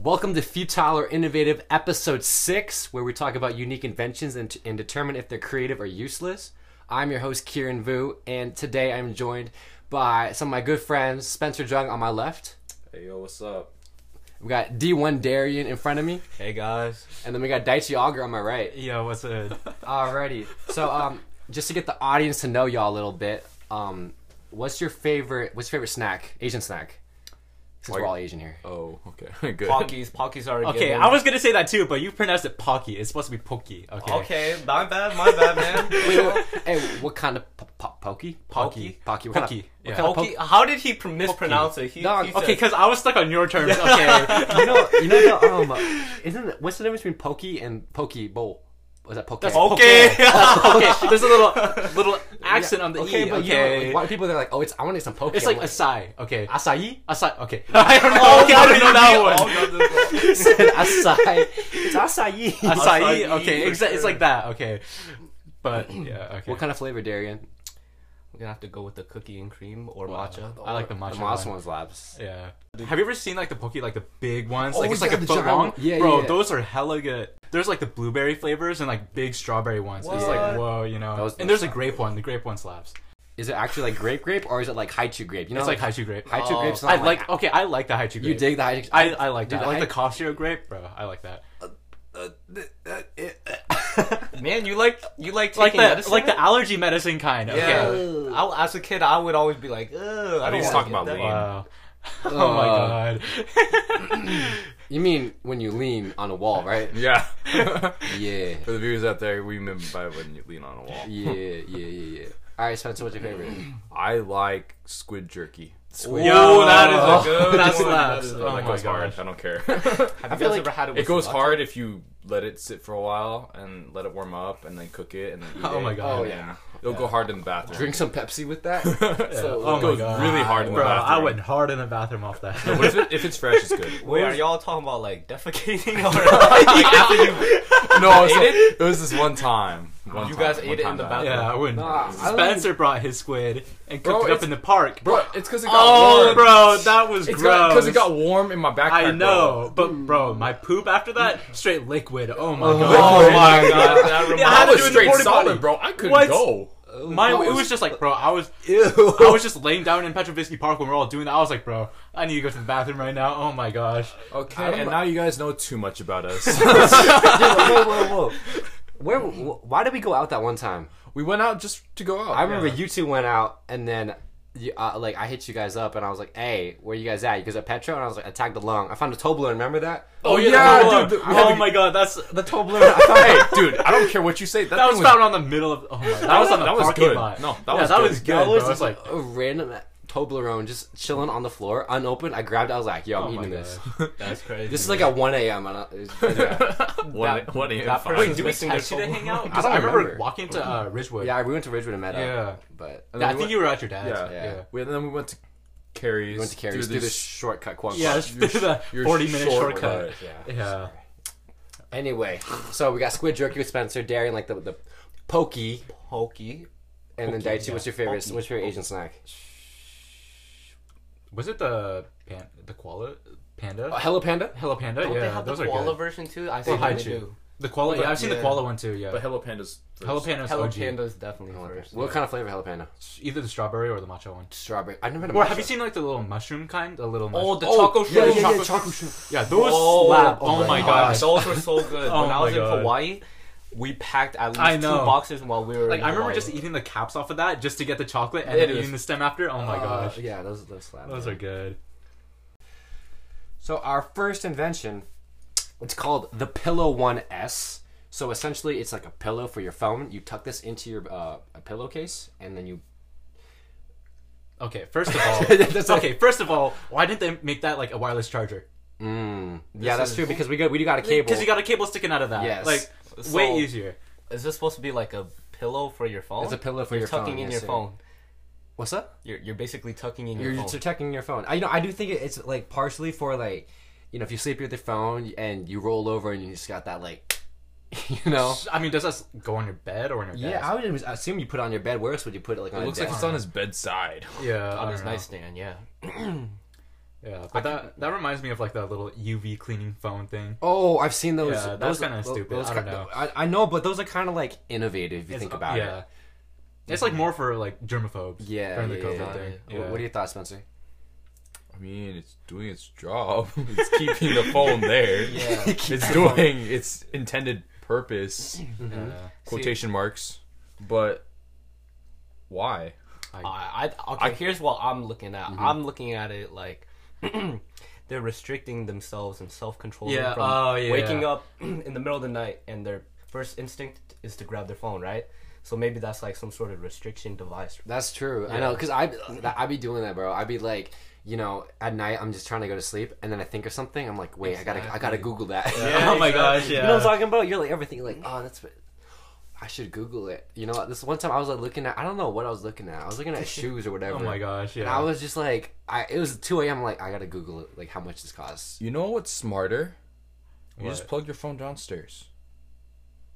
Welcome to Futile or Innovative, episode six, where we talk about unique inventions and, and determine if they're creative or useless. I'm your host, Kieran Vu, and today I'm joined by some of my good friends, Spencer Jung on my left. Hey yo, what's up? We got D1 Darian in front of me, Hey guys. and then we got Daichi Auger on my right. Yo, what's up? Alrighty. So, um, just to get the audience to know y'all a little bit, um, what's your favorite? What's your favorite snack? Asian snack. Since we're all Asian here. Oh, okay, good. Pockies. Pockies are Okay, I was gonna say that too, but you pronounced it Pocky. It's supposed to be Pokey. Okay. Okay, my bad, my bad, man. Wait, wait, hey, what kind of po- po- pokey? Pocky? Pocky. What kind Pokey, of, yeah. what kind of Pokey. How did he pr- mispronounce it? He, Dog, he said- Okay, because I was stuck on your terms. Okay. poke- You know, you know, the, um, isn't it- what's the difference between pokey and pokey bowl? Was that poke? That's okay, Okay. okay. There's a little little accent on the e. but okay. you know, like, why people they're like, oh, it's I want to get some poke. it's I'm like acai. Okay. acai. Oh, Acai. Okay. I don't know. Okay, I don't know that one. You said acai. It's acai. Acai. Acai, Okay. for Exa- it's sure. like that. Okay. But yeah. Okay. What kind of flavor, Darian? We're gonna have to go with the cookie and cream or matcha. I like the matcha. The one. last one's labs. Yeah. Have you ever seen like the poke, like the big ones? Like Oh, it's yeah, like a the foot giant long. one. Yeah, Bro, yeah, yeah. those are hella good. There's like the blueberry flavors and like big strawberry ones. It's What? like whoa, you know. Those- and there's a grape one. The grape one slaps. Is it actually like grape grape or is it like haichu grape? You know, It's like haichu grape. haichu Oh. grapes. I like. Okay, I like the haichu grape. you dig the haichu. I, I like Dude, that. the I like hai- the Casio grape, bro. I like that. Man, you like you like Like taking the medicine? like the allergy medicine kind. Okay. yeah. I, as a kid, I would always be like, ugh. I I don't think he's wanna talking get about that. lean. Wow. Oh my Uh, god. You mean when you lean on a wall, right? Yeah. yeah, For the viewers out there, we mean by when you lean on a wall. yeah, yeah, yeah, yeah. All right, Spencer, what's your favorite? I like squid jerky. Squid. Yo, that is Oh, a good that one. slaps. That is a- Oh that my goes hard. gosh. I don't care. Have I you feel guys like ever had it? With it goes matcha? hard if you let it sit for a while and let it warm up and then cook it and then eat Oh it. my god. Oh, And yeah. It'll go hard in the bathroom. Drink some Pepsi with that. Oh So my it goes god. really hard in the Bro, I bathroom. went hard in the bathroom off that. But if, it, if it's fresh, it's good. Wait, are y'all talking about like defecating or like after you, no, it was, it was this one time. One you time, guys one ate it in time the back. bathroom? Yeah, I wouldn't. Nah, I like- Spencer brought his squid and cooked Bro, it up it's- in the park. Bro, it's because it got oh, warm. bro, that was It's gross. because it got warm in my backpack. I bro. know, but bro, my poop after that straight liquid. Oh my Oh god. my god, that reminds Yeah, I had me. I to was do it straight in the porta solid, potty. bro. I couldn't What? go. Mine, That it was- was just like, bro, I was, Ew. I was just laying down in Petrovisky Park when we we're all doing that. I was like, bro, I need to go to the bathroom right now. Oh my gosh. Okay, and now you guys know too much about us. whoa, whoa, whoa. Where? wh- Why did we go out that one time? we went out just to go out. I remember you two went out, and then you, uh, like I hit you guys up, and I was like, "Hey, where you guys at?" You guys at Petro, and I was like, "I tagged along." I found a Toblerone. Remember that? Oh, yeah, the Toblerone. dude, the- we had oh to- my god, that's The Toblerone. I found Hey, dude, I don't care what you say. That, that was thing found on the middle of. Oh my, that, was on the that was parking good. lot. No, that Yeah, was that good. was That good. was bro. I just was like like, a random Toblerone just chilling on the floor, unopened. I grabbed. it, I was like, "Yo, I'm my eating this." That's crazy. This is like at 1 a.m. and I- it's- One, that- one that that person- wait, do we missing their text you to Toblerone. hang out? I Because don't I, remember, remember. walking to uh, Ridgewood. yeah, we went to Ridgewood and met up. Yeah. but And Yeah, then we I think went- you were at your dad's. Yeah. yeah. Yeah. We, and then we went to Carrie's. we went to Carrie's through this shortcut. Quote, Yeah, unquote. it's the your 40 minute short shortcut. ride. yeah. Yeah. Anyway, so we got squid jerky with Spencer, Darian, like the the pokey, hokey. and then Pokey, Daichi. yeah. What's your favorite? Pokey. What's your favorite Asian snack? Was it the pan- the koala panda? Oh, Hello Panda. Uh, Hello panda. Don't yeah, they have the those are koala good. version too? I Well, think they haichu. do. The koala. Yeah, I've seen Yeah. the koala one too. Yeah. But Hello Panda's. first. Hello panda's Hello OG. Panda's definitely first. What kind of flavor Hello Panda? Either the strawberry or the matcha one. Strawberry. I've never had a Or matcha. have you seen like the little mushroom kind? The little mushroom. Oh, the Oh, choco yeah, shrimp. yeah, yeah, Choco choco shrimp. shrimp. yeah, those Oh, slap. oh Oh, my my gosh. Those were so good. Oh when I was my in God. Hawaii, we packed at least I two know. boxes while we were. Like in I remember Hawaii. just e- eating the caps off of that just to get the chocolate and It then is- eating the stem after. Oh my Uh, gosh. Yeah, those those slap. Those are good. So our first invention, it's called the Pillow 1S. So essentially, it's like a pillow for your phone. You tuck this into your uh, a pillowcase, and then you. Okay, first of all, That's like- okay, first of all, why didn't they make that like a wireless charger? Mm, yeah, that's true because we got we got a cable. Because you got a cable sticking out of that. Yes. Like So- way easier. Is this supposed to be like a pillow for your phone? It's a pillow for you're your phone, tucking in yes, your sir. phone. What's up? You're you're basically tucking in You're, your you're phone. protecting your phone. I you know I do think it- it's like partially for like, you know, if you sleep with your phone and you roll over and you just got that like, you know. I mean, does that s- go on your bed or on your Yeah, desk? I would assume you put it on your bed. Where else would you put it? Like on It a looks like desk? it's on his bedside. Yeah, I on don't his know. nightstand. Yeah. Yeah, but that that reminds me of like that little UV cleaning phone thing. Oh, I've seen those. Yeah, that's those- kinda tho- stupid. those I don't ki- know. I, I know, but those are kind of like innovative if you think about yeah. it. It's like more for like germaphobes. Yeah. during the yeah, COVID yeah, thing. yeah. What, what are your thoughts, Spencer? I mean, it's doing its job. It's keeping the phone there. Yeah. It's doing its intended purpose. Yeah. Quotation marks. But why? I, I okay. here's what I'm looking at. Mm-hmm. I'm looking at it like they're restricting themselves and self control. Yeah, From oh, yeah. Waking up in the middle of the night and their first instinct is to grab their phone, right? So maybe that's like some sort of restriction device. That's true. I know, because I I be doing that, bro. I be like, you know, at night I'm just trying to go to sleep, and then I think of something. I'm like, wait, I gotta I gotta Google that. Yeah, oh my gosh, yeah. You know what I'm talking about? You're like everything. Like, oh, that's. what- I should Google it. You know, what? this one time I was like looking at I don't know what I was looking at. I was looking at shoes or whatever. Oh my gosh, And yeah. I was just like, I it was 2 a.m. Like I gotta Google it. Like how much this costs. You know what's smarter? You just What? plug your phone downstairs.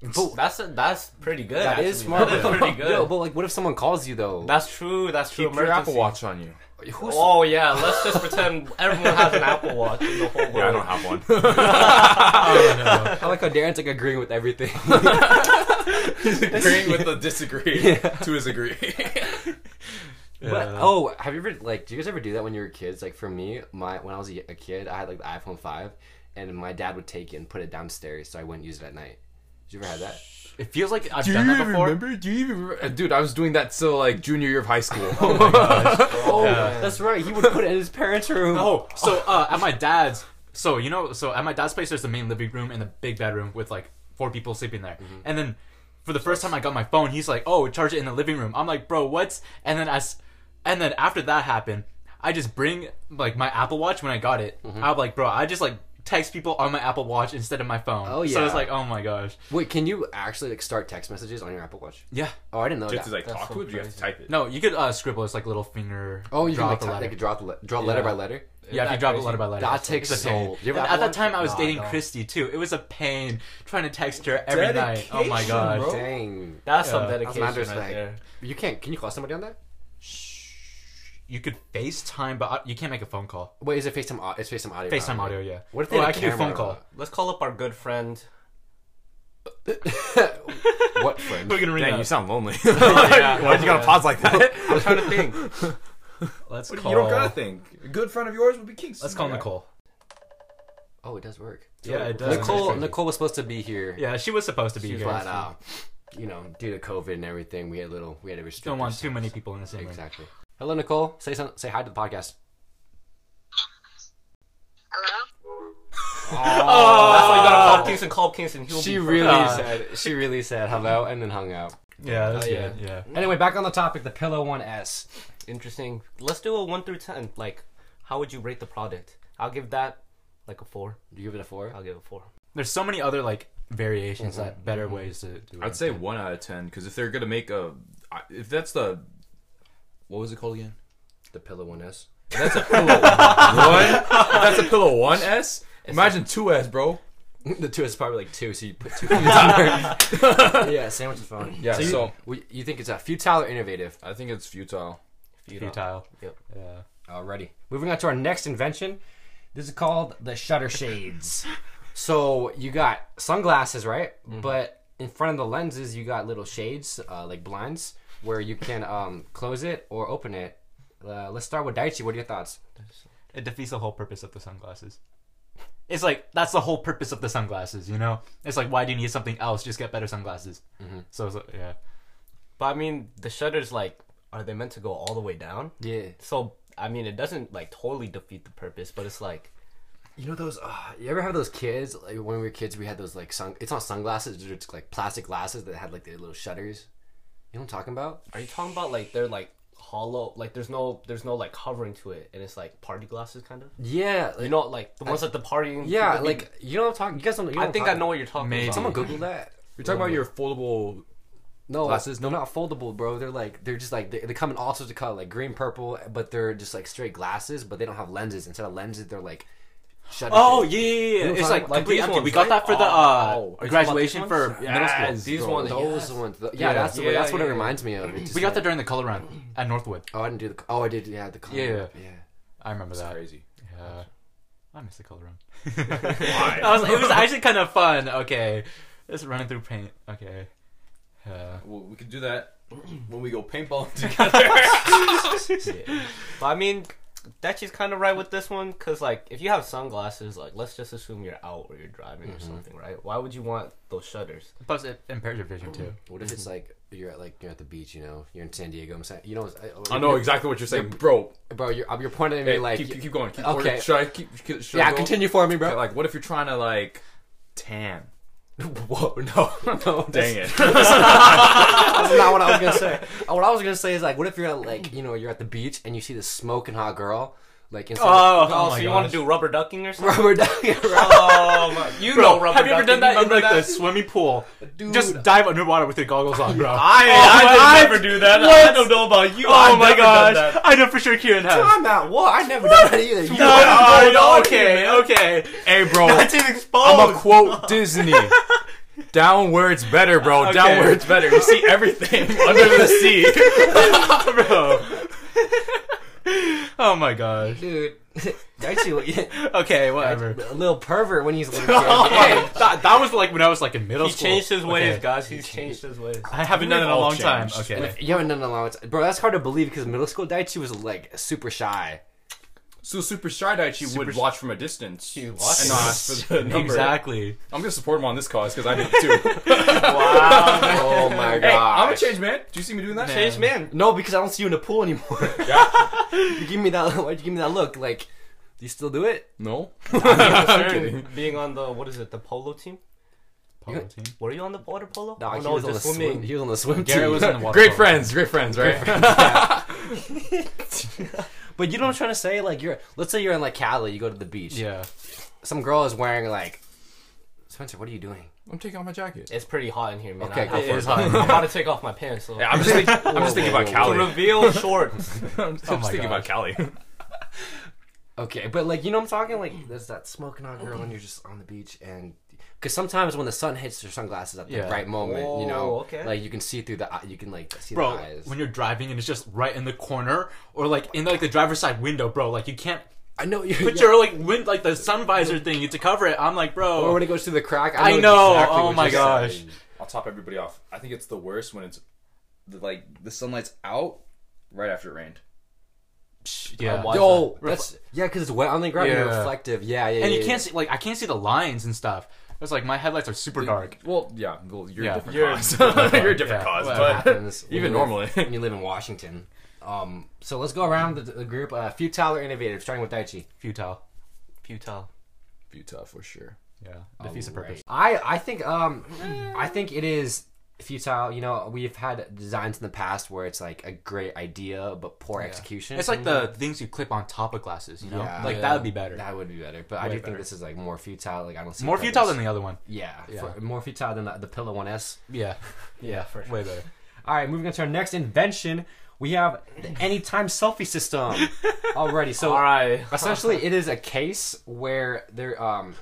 But That's a, that's pretty good. that is actually. smart. That's pretty good. Yo, but like, what if someone calls you though? that's true. That's true. Keep your Apple Emergency. Watch on you. Who's Oh yeah, let's just pretend everyone has an Apple Watch in the whole world. have one. I like how Darren's like agreeing with everything. Agreeing with the disagree to his agree. But Yeah. oh, have you ever like? Do you guys ever do that when you were kids? Like for me, my when I was a, a kid, I had like the iPhone five, and my dad would take it and put it downstairs, so I wouldn't use it at night. Did you ever have that? It feels like I've Do you done that even before. remember? Do you even remember? Dude, I was doing that till like junior year of high school. Oh Oh, that's right. He would put it in his parents' room. Oh, so uh, at my dad's, so you know, so at my dad's place, there's the main living room and the big bedroom with like four people sleeping there. Mm-hmm. And then for the first time, I got my phone. He's like, "Oh, charge it in the living room." I'm like, "Bro, what's?" And then as, and then after that happened, I just bring like my Apple Watch when I got it. Mm-hmm. I'm like, "Bro, I just like." Text people on my Apple Watch instead of my phone. Oh, So yeah. it's like, oh my gosh. Wait, can you actually like start text messages on your Apple Watch? Yeah. Oh, I didn't know that. like That's talk so to it, you have to crazy. type it. No, you could uh, scribble. It's like little finger. oh, you draw can like, the type- letter. like draw the le- draw letter Yeah. by letter. Yeah, if you that drop it crazy? letter by letter. That it's like- takes it's a pain. so- You ever And have At that time, I was Nah, I dating don't. Christy too. It was a pain trying to text her every night. Oh my Dedication, gosh. bro. Dang, That's some Yeah. that's dedication not right just like there. you can't. Can you call somebody on that? You could FaceTime, but I, you can't make a phone call. Wait, is it FaceTime? au- It's FaceTime audio. now, FaceTime right? audio, yeah. What if they Oh, had I a can do camera phone call. Let's call up our good friend. What friend? We're gonna ring Dang, up. you sound lonely. Yeah. Why'd you gotta pause like that? I'm trying to think. Let's you call. don't gotta think. A good friend of yours would be Kingston. Let's call Yeah. Nicole. Oh, it does work. Yeah, it does. Nicole, Nicole was supposed to be here. Yeah, she was supposed to be She was here. flat out. You know, due to COVID and everything, we had little, we had to restrict. Don't want too ourselves. many people in the same room. Exactly. Hello, Nicole. Say some, say hi to the podcast. That's why you gotta call Kingston. Call Kingston. He'll She be really Uh, said, she really said hello and then hung up. Yeah, that's Oh, yeah. good. Yeah. Anyway, back on the topic, the Pillow One S. interesting. Let's do a one through ten. Like, how would you rate the product? I'll give that like a four. Do you give it a four? Uh, I'll give it a four. There's so many other like variations that better ways to do it. I'd say one out of ten because if they're gonna make a, I- if that's the, what was it called again? The Pillow One S. That's a pillow one. If that's a pillow one S. Imagine two S, bro. the two is probably like two, so you put two. yeah, sandwich is fine. Yeah, So you, so- we- you think it's a futile or innovative? I think it's futile. Futile. futile. Yep. Yeah. Alrighty. Moving on to our next invention. This is called the shutter shades. so you got sunglasses, right? But in front of the lenses, you got little shades, uh, like blinds, where you can um, close it or open it. Uh, let's start with Daichi. What are your thoughts? it defeats the whole purpose of the sunglasses. It's like that's the whole purpose of the sunglasses, you know. It's like why do you need something else? Just get better sunglasses. Mm-hmm. So it's like, yeah, But I mean, the shutters like, are they meant to go all the way down? Yeah. So I mean, it doesn't like totally defeat the purpose, but it's like You know those? Uh, you ever have those kids? Like when we were kids, we had those like sun. It's not sunglasses. They're just like plastic glasses that had like the little shutters. You know what I'm talking about? Are you talking about like they're like hollow? Like there's no there's no like covering to it, and it's like party glasses kind of. Yeah. Like, You know, like the ones at the party. yeah. Like you know what I'm talking. You guys don't. You know I what think I'm I know what you're talking Maybe. about. Someone Google that. You're talking about your foldable. No, Glasses? no, not foldable, bro. They're like they're just like they, they come in all sorts of color, like green, purple, but they're just like straight glasses, but they don't have lenses. Instead of lenses, they're like shutter. Oh shades. yeah, yeah, know yeah. what It's I'm like talking- like complete these empty. we ones, got right? that for the uh, Oh, are you talking about graduation these for ones? Yes, middle school. these Those ones. ones, th- yeah, that's the, Yeah, that's what it yeah, reminds me of. It just, We got like- that during the color run at Northwood. Oh, I didn't do the. Oh, I did. Yeah, the color. Yeah, yeah. yeah. I remember that. Crazy. Yeah. Uh, I miss the color room. Why? I was, it was actually kind of fun. Okay, just running through paint. Okay. Uh, Well, we could do that when we go paintballing together. But I mean, that's just kind of right with this one, because like if you have sunglasses, like let's just assume you're out or you're driving or something, right? Why would you want those shutters? plus, it impairs your vision too. What if it's like you're at like you're at the beach, you know, you're in San Diego, I'm saying, you know, I, I know exactly what you're saying, bro. bro. You're, uh, you're pointing at me Hey, like, keep, keep going. Keep Okay. okay. Should I keep? should- Should I yeah, go? continue for me, Okay, bro. Like, what if you're trying to like tan? Whoa, no, no, Dang it! That's not what I was gonna say. Uh, What I was gonna say is like, what if you're at like, you know, you're at the beach and you see this smoking hot girl, like instead Uh, of Oh, so my you want gosh. to do rubber ducking or something? rubber ducking, right? oh, my, you know rubber have you ever ducking, done that in remember like that? the swimming pool? Dude. Just dive underwater with your goggles on, bro. Oh I, I did never do that. I What? don't know about you. oh I've my never done gosh! I know for sure Kieran has. I'm out. What? I never done that either. You No, know, no, going no, on okay, okay. hey, bro. That's even I'm a exposed. quote Disney. Downwards better, bro. Downwards better. You see everything under the sea. bro. oh my gosh. dude. Actually, Okay, whatever. a little pervert when he's a little kid. Hey, that, that was like when I was like in middle he school. changed his ways, Okay. guys. He's changed his ways. I haven't done it in a all long changed. time. Okay. You haven't done a long time, bro. That's hard to believe because middle school Daichi was like super shy. So Super Shy Daichi would watch from a distance. He watched and from a ask for the number. Exactly. I'm gonna support him on this cause because I did it too. Oh my Uh, hey, I'm a god. change man. Do you see me doing that? Changed man. no, because I don't see you in the pool anymore. you give me that. Why'd you give me that look? Like, do you still do it? No. Concerned kidding. Being on the what is it? The polo team? Polo team. Were you on the water polo? No, Oh, he, no, was on the just swim, he was on the swim Garrett team. was in the water. Great polo. friends. Great friends. Right. But you know what I'm trying to say? Like you're, let's say you're in like Cali, you go to the beach. Yeah. Some girl is wearing like, Spencer, what are you doing? I'm taking off my jacket. It's pretty hot in here, man. Okay, I- I, go I, for it. I gotta take off my pants. So. Yeah, I'm just thinking, I'm just thinking about To Cali. reveal shorts. I'm just Oh my thinking about Cali. gosh. Okay, but like you know what I'm talking like there's that smoking hot girl and you're just on the beach and because sometimes when the sun hits your sunglasses at the Yeah. right moment, you know, Oh, okay. like you can see through the eye, you can like see Bro, the eyes. when you're driving and it's just right in the corner or like in like the driver's side window, bro, like you can't I know you. put your like wind like the sun visor thing to cover it. I'm like, or bro. when it goes through the crack. I know, oh what my you're gosh. saying. I'll top everybody off. I think it's the worst when it's the, like the sunlight's out right after it rained. Yeah. Why is Yo, that's yeah, because it's wet on the ground. Yeah. Yeah. reflective. Yeah, yeah. And yeah, you yeah. can't see like I can't see the lines and stuff. It's like my headlights are super dark. Well, yeah. Well, you're Yeah. a different You're- cause. you're a different yeah. cause, Well, but happens when even you live- normally. when you live in Washington. Um, so let's go around the, the group. Uh, futile or innovative, starting with Daichi. Futile. Futile. Utah for sure. Yeah. Defeats the purpose. I I think um I think it is futile. You know, we've had designs in the past where it's like a great idea but poor execution. It's like the things you clip on top of glasses, you know? Yeah. like Yeah. that would be better. that would be better, but I do Way think better. this is like more futile. Like I don't see More purpose. futile than the other one. yeah, Yeah. for- more futile than the, the Pillow One S. Yeah. Yeah, for sure. Way better. All right, moving on to our next invention. We have the anytime selfie system already. So All right. Essentially, it is a case where there um,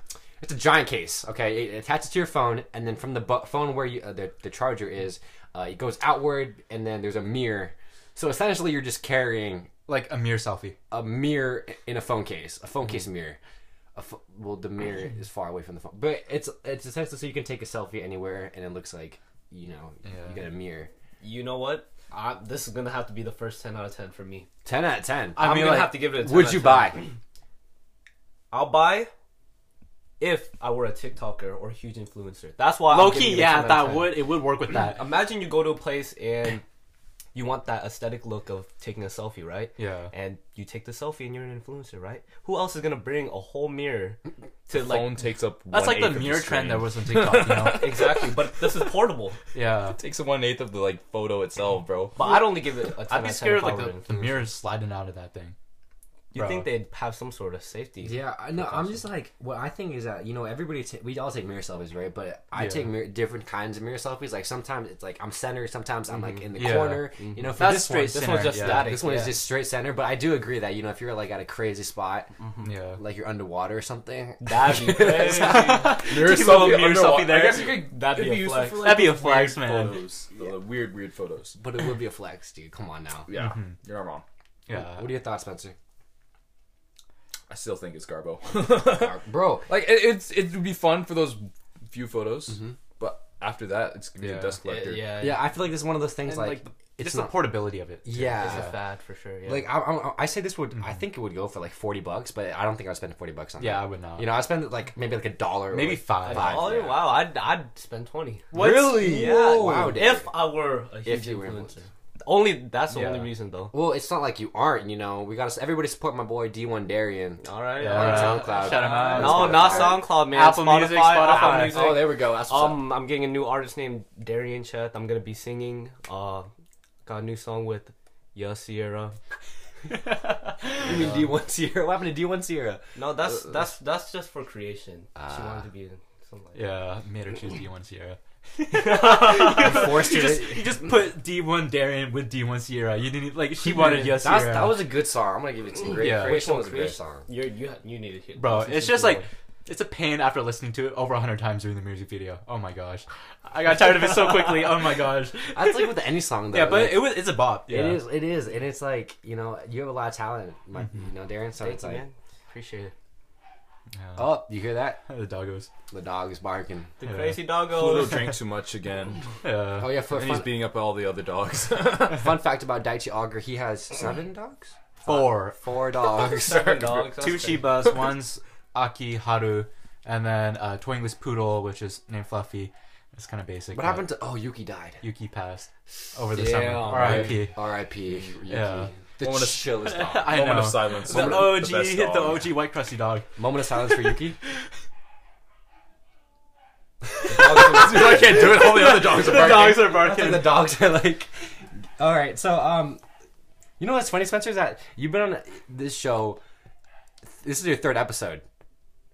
it's a giant case. Okay, it attaches to your phone, and then from the bu- phone where you, uh, the the charger is, uh, it goes outward, and then there's a mirror. So essentially, you're just carrying Like a mirror selfie. a mirror in a phone case, a phone Mm-hmm. case mirror. A pho- well, the mirror is far away from the phone, but it's it's essentially so you can take a selfie anywhere, and it looks like you know Yeah. you got a mirror. You know what? I, this is gonna have to be the first ten out of ten for me. Ten out of ten. I'm mean, gonna like, have to give it. a 10 out Would of you 10. buy? I'll buy if I were a TikToker or a huge influencer. That's why. I'm Low giving key, it a yeah, 10 out of that 10. would it would work with that. Imagine you go to a place and you want that aesthetic look of taking a selfie, right? Yeah. And you take the selfie and you're an influencer, right? Who else is gonna bring a whole mirror to like Phone takes up. That's like the mirror trend that was on TikTok, you know? exactly? But this is portable. yeah. takes one eighth of the like photo itself, bro. But I'd only give it. A 10 I'd out be of scared 10 if of like I were the, an the influencer. mirror sliding out of that thing. You bro. think they'd have some sort of safety? Yeah, I know. I'm just like what I think is that you know everybody ta- we all take mirror selfies, right? But I Yeah. take mirror, different kinds of mirror selfies. Like sometimes it's like I'm center, sometimes I'm like in the Yeah. corner. You know, for That's this straight one, This Center, one's just yeah. static. this one yeah. is just straight center. But I do agree that you know if you're like at a crazy spot, Yeah. like you're underwater or something. That'd be crazy. Mirror Take a little mirror underwater- selfie there. I guess you could, That'd be it'd a useful flex. for, That'd be a those flex, weird man. Photos, the weird, weird photos. But it would be a flex, dude. Come on now. Mm-hmm. Yeah, you're not wrong. Yeah. What are your thoughts, Spencer? I still think it's Garbo. Bro, like it, it's it would be fun for those few photos, but after that, it's gonna be Yeah. a dust Yeah, collector. yeah, yeah, I feel like this is one of those things And, like, like, the- it's just not. the portability of it. too. It's yeah, a fad for sure. Yeah. Like I, I, I say this would, I think it would go for like forty bucks, but I don't think I'd spend forty bucks on. Yeah, that. I would not. You know, I spend like maybe like a dollar, or, Maybe like, five. oh yeah. wow, I'd I'd spend twenty. What? Really? Yeah. Whoa. Wow, dude. if I were a huge If you were influencer. influencer. Only that's the Yeah. only reason though. Well, it's not like you aren't. You know, we got to everybody support my boy D1 Darian. All right. Yeah. all right. on SoundCloud. Shout 'em out. No, not SoundCloud, man. Apple Spotify, Music, Apple Spotify. Music. Oh, there we go. That's what's up. Um, I'm getting a new artist named Darian Chet. I'm gonna be singing. Uh, got a new song with Ya Sierra. You mean D1 Sierra? What happened to D1 Sierra? No, that's that's that's just for creation. she Ah. wanted to be in something like Yeah, made her choose D1 Sierra. I forced You her. just, to- you just put D1 Darian with D1 Sierra. You didn't e, like she wanted yes That's- Sierra. That was a good song. I'm gonna give it some great. Yeah. Creation was a Creation. great song. that. You you you need to hear. bro. listen It's to just the like voice. it's a pain after listening to it over hundred times during the music video. Oh my gosh, I got tired of it so quickly. Oh my gosh. That's like with any song though. Yeah, but like, it was it's a bop. Yeah. it is, it is, and it's like you know you have a lot of talent, my, Mm-hmm. you know, Darian. So Thank it's you, like, man. Appreciate it. Yeah. oh, you hear that? The doggos. The dog is barking. The Yeah. crazy Pluto doggo. drank too much again, Yeah. Oh yeah, for and he's fun, beating up all the other dogs. fun fact about Daichi Auger, he has seven dogs. Four. Four dogs. Seven dogs. Two that's good. Shibas. One's Aki Haru, and then uh, toy English poodle, which is named Fluffy. It's kind of basic. what but happened to? Oh, Yuki died. Yuki passed over the Damn, summer. man. R.I.P. R.I.P. Yuki. Yeah. The Moment of- chillest dog. I Moment know. of silence. The Moment of- OG, best hit the dog. OG white crusty dog. Moment of silence for Yuki. I can't do it. All the other dogs are barking. are That's like the dogs are like. All right, so um, you know what's funny, Spencer? Is that you've been on this show. This is your third episode,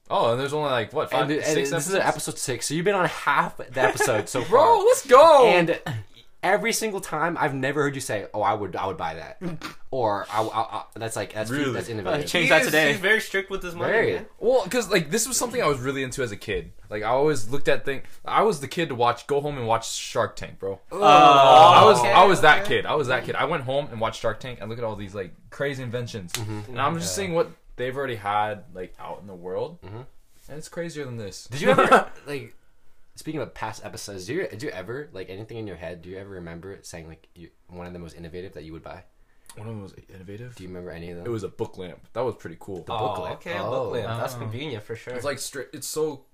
Oh, and there's only like what five, and, and six this is episodes? episode six. So you've been on half the episode so far, Bro, let's go. And every single time, I've never heard you say, "Oh, I would, I would buy that," or I, I, I- "That's like that's Really? that's innovative." Change He that is- today. He's very strict with his money. Very. man. Well, because like this was something I was really into as a kid. Like I always looked at things. I was the kid to watch. Go home and watch Shark Tank, bro. Oh, Oh, Oh, I was I was that kid. I was that kid. I went home and watched Shark Tank and look at all these like crazy inventions. And I'm just seeing what they've already had like out in the world, and it's crazier than this. Did you ever like? Speaking of past episodes, do you do you ever like anything in your head? Do you ever remember it saying like you, one of the most innovative that you would buy? One of them was innovative. Do you remember any of them? It was a book lamp. That was pretty cool. Oh, booklet. Oh, okay, a Oh. booklet. That's Oh. convenient for sure. It's like straight. It's so.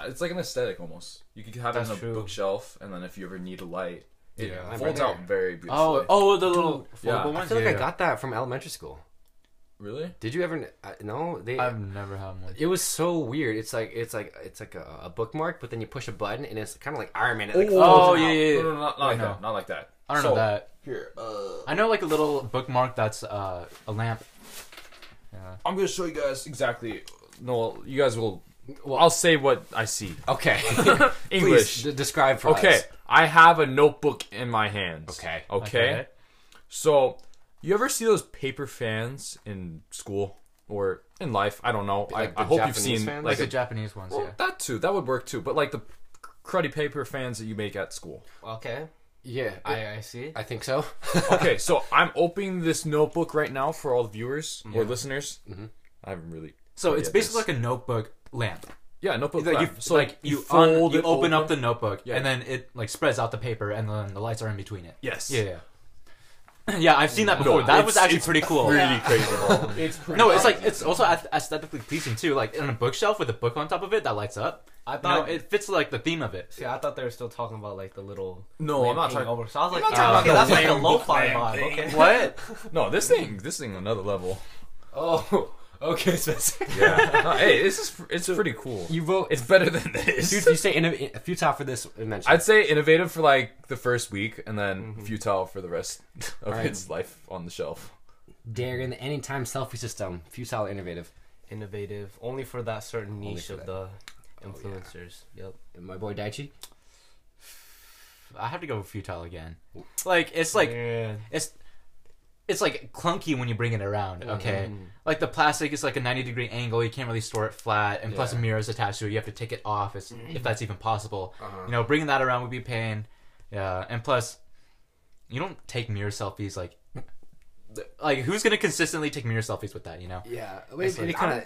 It's like an aesthetic almost. You could have That's it on a true. bookshelf, and then if you ever need a light, it Yeah. I folds remember. out very beautifully. Oh, oh, the little foldable yeah. I feel I ones. feel like yeah. I got that from elementary school. really? Did you ever? Uh, no, they. Um, I've never had one. it was so weird. It's like it's like it's like a, a bookmark, but then you push a button and it's kind of like Iron Man. It, like, Oh, folds oh, out. yeah, yeah, No, no, no, not, not like no. that. Not like that. I don't know So, that. Here, uh, I know like a little bookmark that's uh, a lamp. I'm gonna show you guys exactly. No, you guys will. Well, I'll say what I see. oh, Okay, Please, English. d- describe for okay, us. I have a notebook in my hands. Okay. Okay. So, you ever see those paper fans in school or in life? I don't know. Like I, I the hope Japanese you've seen fans? Like like the a, Japanese ones, well, yeah. that too. That would work too. But like the cruddy paper fans that you make at school. okay, Yeah, I I I see. I think so. okay, so I'm opening this notebook right now for all the viewers or Mm-hmm. listeners. I haven't really. So Yeah, it's basically this- like a notebook lamp. Yeah, notebook. Like you, lamp. so like you, un- fold you it open up the notebook, Yeah. and then it like spreads out the paper, and then the lights are in between it. Yes. Yeah. Yeah, yeah I've seen that before. No, that was it's- actually it's pretty cool. Really crazy. bro. it's pretty No, it's like it's also ath- aesthetically pleasing too. Like in a bookshelf with a book on top of it that lights up. I You know, thought. it fits like the theme of it. See, I thought they were still talking about like the little. No, lamp I'm not thing talking- Over. So I was like, not oh, talking okay, about that's the like a lamp lo-fi thing. vibe. Okay. What? no, this thing, this thing, another level. oh, okay, Spencer. Yeah. No, hey, this is it's pretty cool. You vote. It's better than You, this. you say innov- futile for this invention. I'd say innovative for like the first week, and then Mm-hmm. futile for the rest of Alright. its life on the shelf. Dare in the anytime selfie system. Futile, innovative. Innovative, only for that Oh, certain niche for of the influencers. Yep. My boy Daichi. I have to go with futile again. Like it's like Yeah. it's it's like clunky when you bring it around Mm-hmm. okay like the plastic is like a 90 degree angle you can't really store it flat and plus a Yeah. mirror is attached to it you have to take it off it's, if that's even possible Uh-huh. you know bringing that around would be a pain yeah and plus you don't take mirror selfies like like who's gonna consistently take mirror selfies with that? You know. Yeah, wait, like- it kind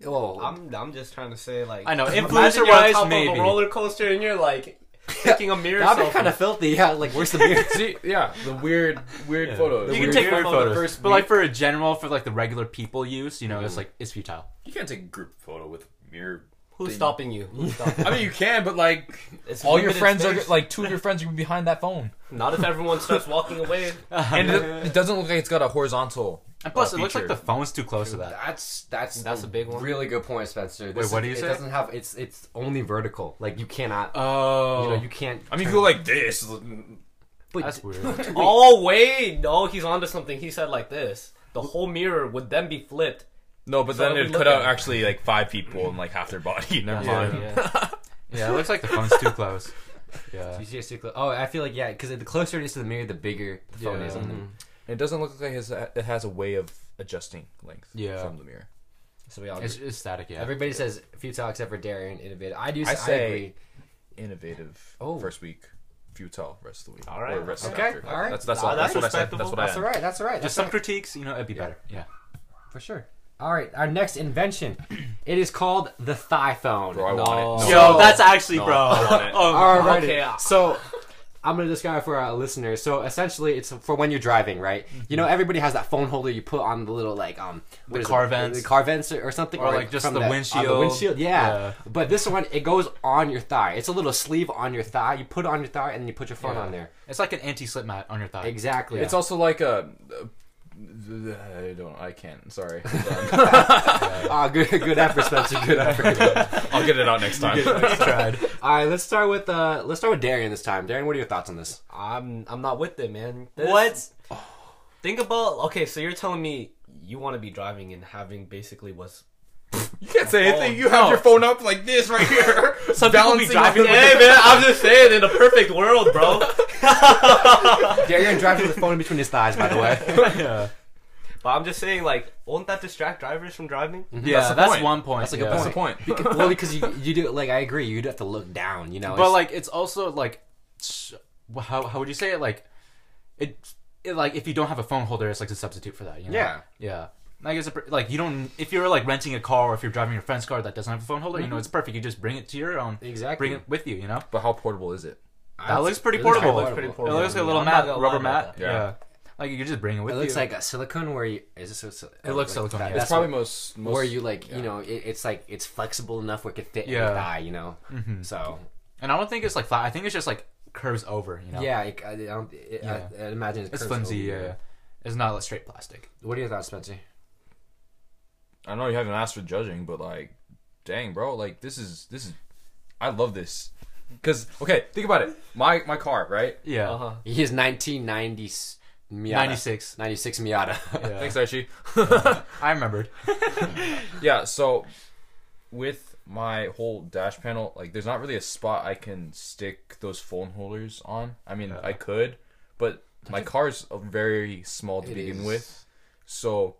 of. Oh, I'm, I'm just trying to say like I know, imagine influencer you're wise, on top of maybe. a roller coaster and you're like taking a mirror that'd be selfie. kind of filthy. Yeah, like where's the mirror? See, yeah, the weird, weird Yeah. photos. The You can weird- take weird photos, photos. Mm-hmm. but like for a general, for like the regular people use, you know, it's like it's futile. you can't take a group photo with mirror. Who's stopping you? Who's stopping I mean, you can, but like It's all your limited friends space. are like two of your friends are gonna be behind that phone, you? Not if everyone starts walking away. and it, it doesn't look like it's got a horizontal. And plus, uh, it looks like feature. the phone's too close to that. That's that's That's a big one. Really good point, Spencer. This what is- do you it say? doesn't have. It's it's only vertical. Like you cannot. Oh, you know, you can't. I mean, if you go like this, but that's weird. oh wait, no, he's onto something. He said like this: the whole mirror would then be flipped. no, but So then it'd it'd look cut out at it. actually like five people and like half their body. Never Yeah. mind. yeah, it looks like the phone's too close. Yeah. You see it's too close. Oh, I feel like yeah, because the closer it is to the mirror, the bigger the phone Yeah. is on them. It doesn't look like it has, it has a way of adjusting length Yeah. from the mirror. So we all. It's, Agree. it's static, yeah. Everybody says futile except for Darian innovative. I do. I I, say- agree. Innovative. Oh. first week, futile. Rest of the week. All right. Or rest Okay, After. all right. That's that's, Nah, all, that's, that's what I said. That's respectable. what I That's am. all right. That's all right. That's Just some critiques, you know, it'd be better. Yeah. for sure. All right, our next invention. It is called the thigh phone. Bro, I want No. it. Yo, that's actually, Oh, No, I want it. All right. Okay, uh, So I'm gonna describe for our listeners. So essentially, it's for when you're driving, right? You know, everybody has that phone holder you put on the little like um what is car it? vents. the car vents or, or something, Or, like, just from the on windshield. windshield, yeah. Yeah. But this one, it goes on your thigh. It's a little sleeve on your thigh. You put it on your thigh, and then you put your phone Yeah. on there. It's like an anti slip mat on your thigh. Exactly. It's also like a. I don't. I can't. Sorry. Ah, good, good effort, Spencer. Good effort. I'll get it out next time. tried. All right, let's start with uh, let's start with Darian this time. Darian, what are your thoughts on this? I'm I'm not with it, man. This- What? Think about okay, so you're telling me you want to be driving and having basically what's you can't say anything. Oh, You have your phone up like this right here. Some people be Balancing off driving. the- Hey, man, I'm just saying. in a perfect world, bro. but Darian drives with the phone in between his thighs, by the way. yeah. I'm just saying, like, won't that distract drivers from driving? Yeah, the that's, point. one point. That's a yeah. good That's the point. Because- well, because you you do like I agree, you'd have to look down, you know. But it's- like, it's also like, sh- how how would you say it? Like, it, it like if you don't have a phone holder, it's like a substitute for that. You know? Yeah. yeah. Like it's a, per- like you don't if you're like renting a car or if you're driving your friend's car that doesn't have a phone holder, you know it's perfect. You just bring it to your own. Exactly. Bring it with you. You know But how portable is it? that looks pretty it looks portable. pretty portable. It looks like a little I'm not mat, gonna lie rubber about mat. that. Yeah. Yeah. Like you could just bring it with it you. looks like a silicone where you is this a, sil- It looks like silicone, that- yeah. That's It's probably most. most where you like you know it, it's like it's flexible enough where it could fit in Yeah. Mm. your thigh, you know. So Mm-hmm. and I don't think it's like flat. I think it's just like curves over. You know. yeah, it, I, I don't. It, Yeah. I, I imagine it's, It's curved flimsy. over. Yeah. yeah. It's not like straight plastic. What are your thoughts, Spencer? I know you haven't asked for judging, but like, dang, bro, like this is this is, I love this, cause okay, think about it. My my car, right? Yeah. Uh huh. He is 1990 s- Miata. 96. 96 Miata. Yeah. Thanks, Archie. I remembered. yeah, so with my whole dash panel, like, there's not really a spot I can stick those phone holders on. I mean, I could, but my car's very small to It begin is- with, so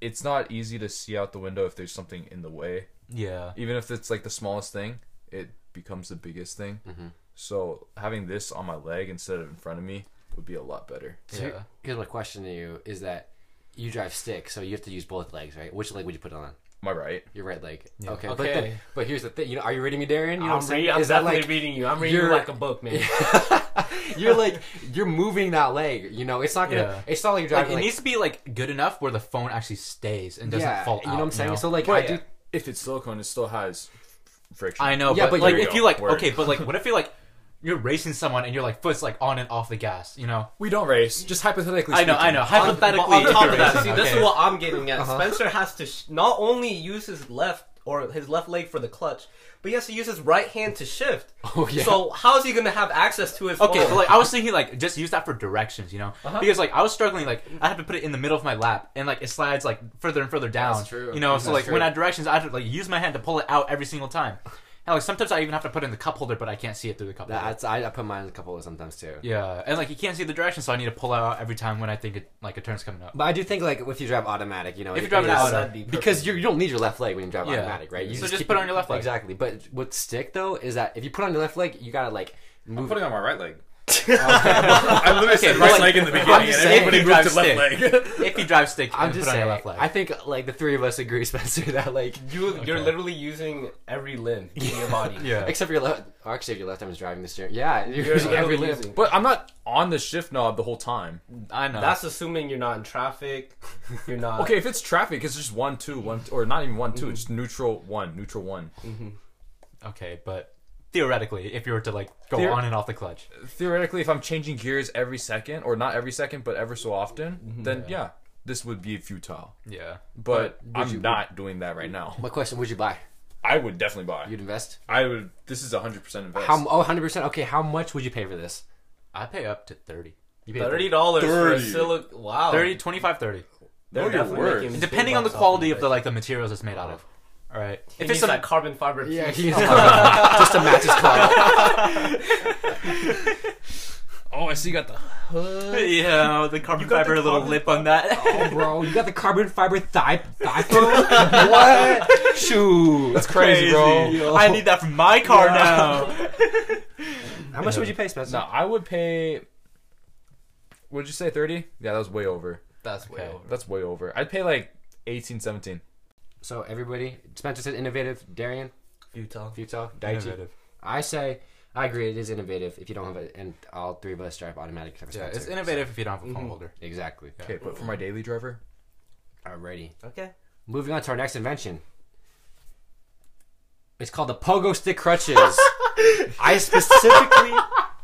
it's not easy to see out the window if there's something in the way. Yeah. even if it's like the smallest thing, it becomes the biggest thing. So having this on my leg instead of in front of me would be a lot better. So Yeah. Here's my question to you: Is that you drive stick, so you have to use both legs, right? Which leg would you put on? Am I right? Your right leg. Okay. But, Okay. then, but here's the thing: you know, are you reading me, Darren? You know what I'm, re- saying? I'm Is that definitely like- reading you. I'm reading you you're- like a book, man. you're like you're moving that leg. You know, it's not gonna. Yeah. It's not like you're Like, driving. it like- needs to be like good enough where the phone actually stays and doesn't fall out. You know what I'm saying? So like, I do. If it's silicone, it still has friction. I know, Yeah, but, but like there you if go. you like Word. okay, but like what if you like you're racing someone and you're like foot's like on and off the gas, you know? We don't race. Just hypothetically. I know, I know. But Hypothetically, on top of that, okay. see, this is what I'm getting at. Spencer has to sh- not only use his left or his left leg for the clutch, but he has to use his right hand to shift. Oh, yeah. So how is he going to have access to his? Okay, phone? but like I was thinking, like just use that for directions, you know, because like I was struggling, like I had to put it in the middle of my lap, and like it slides like further and further down. That's true. You know, so That's like true. when I had directions, I had to like use my hand to pull it out every single time. And like sometimes I even have to put it in the cup holder, but I can't see it through the cup holder. That's I, I put mine in a couple of sometimes too. Yeah, and like you can't see the direction, so I need to pull out every time when I think it like a turn's coming up. But I do think like if you drive automatic, you know, If you it- drive it it is- auto, that'd be perfect. because you, you don't need your left leg when you drive Yeah. automatic, right? You So just keep put it on your left leg. Exactly. But with stick though is that if you put it on your left leg, you gotta like move. putting on my right leg. I literally said Okay, right like- leg in the I'm beginning, just and saying, everybody if moved to you left drive leg. If you drive stick, I'm and just put it on saying. your left leg. I think like the three of us agree, Spencer, that like You, You're Okay. literally using every limb in your body. yeah. except for your left. Or actually, if your left arm is driving the steering, yeah, you're, You're using every literally limb. using- But I'm not on the shift knob the whole time. I know. That's assuming you're not in traffic. You're not. Okay, if it's traffic, it's just one, two, one, or not even one, 2 It's just neutral one, neutral one. okay, but theoretically, if you were to like go Theor- on and off the clutch, Theoretically, if I'm changing gears every second, or not every second, but ever so often, then Mm-hmm. yeah. this would be futile. yeah. But Would I'm you- not doing that right now. My question: Would you buy? I would definitely buy. You'd invest? I would. This is 100% invest. How? Oh, 100 percent. Okay, how much would you pay for this? I pay up to 30. You pay Thirty dollars for a Thirty. silicone. Wow. 30, 25, 30. Lord, your word. making Depending big on the bucks off quality Oh. you of the guys. like the materials it's made out of. All right. He If it's needs some that carbon fiber. Yeah, piece. he just to match his car. Oh, I see. You got the hood. yeah, the carbon fiber little lip on that. Oh, bro, you got the carbon fiber thigh thigh phone? what? Shoot, that's crazy, bro. I need that for my car now. How much would you pay, Spencer? No, I would pay. Would you say 30? Yeah, that was way over. That's way Okay. over. That's way over. I'd pay like 18, 17. So everybody, Spencer said innovative. Darian, Futile. Futile, Daichi. I say I agree. It is innovative. If you don't have it, and all three of us drive automatic. except for Yeah, Spencer, it's innovative if you don't have a phone holder. so- Exactly. Okay, but for my daily driver, Alrighty. Okay. Moving on to our next invention. It's called the pogo stick crutches. I specifically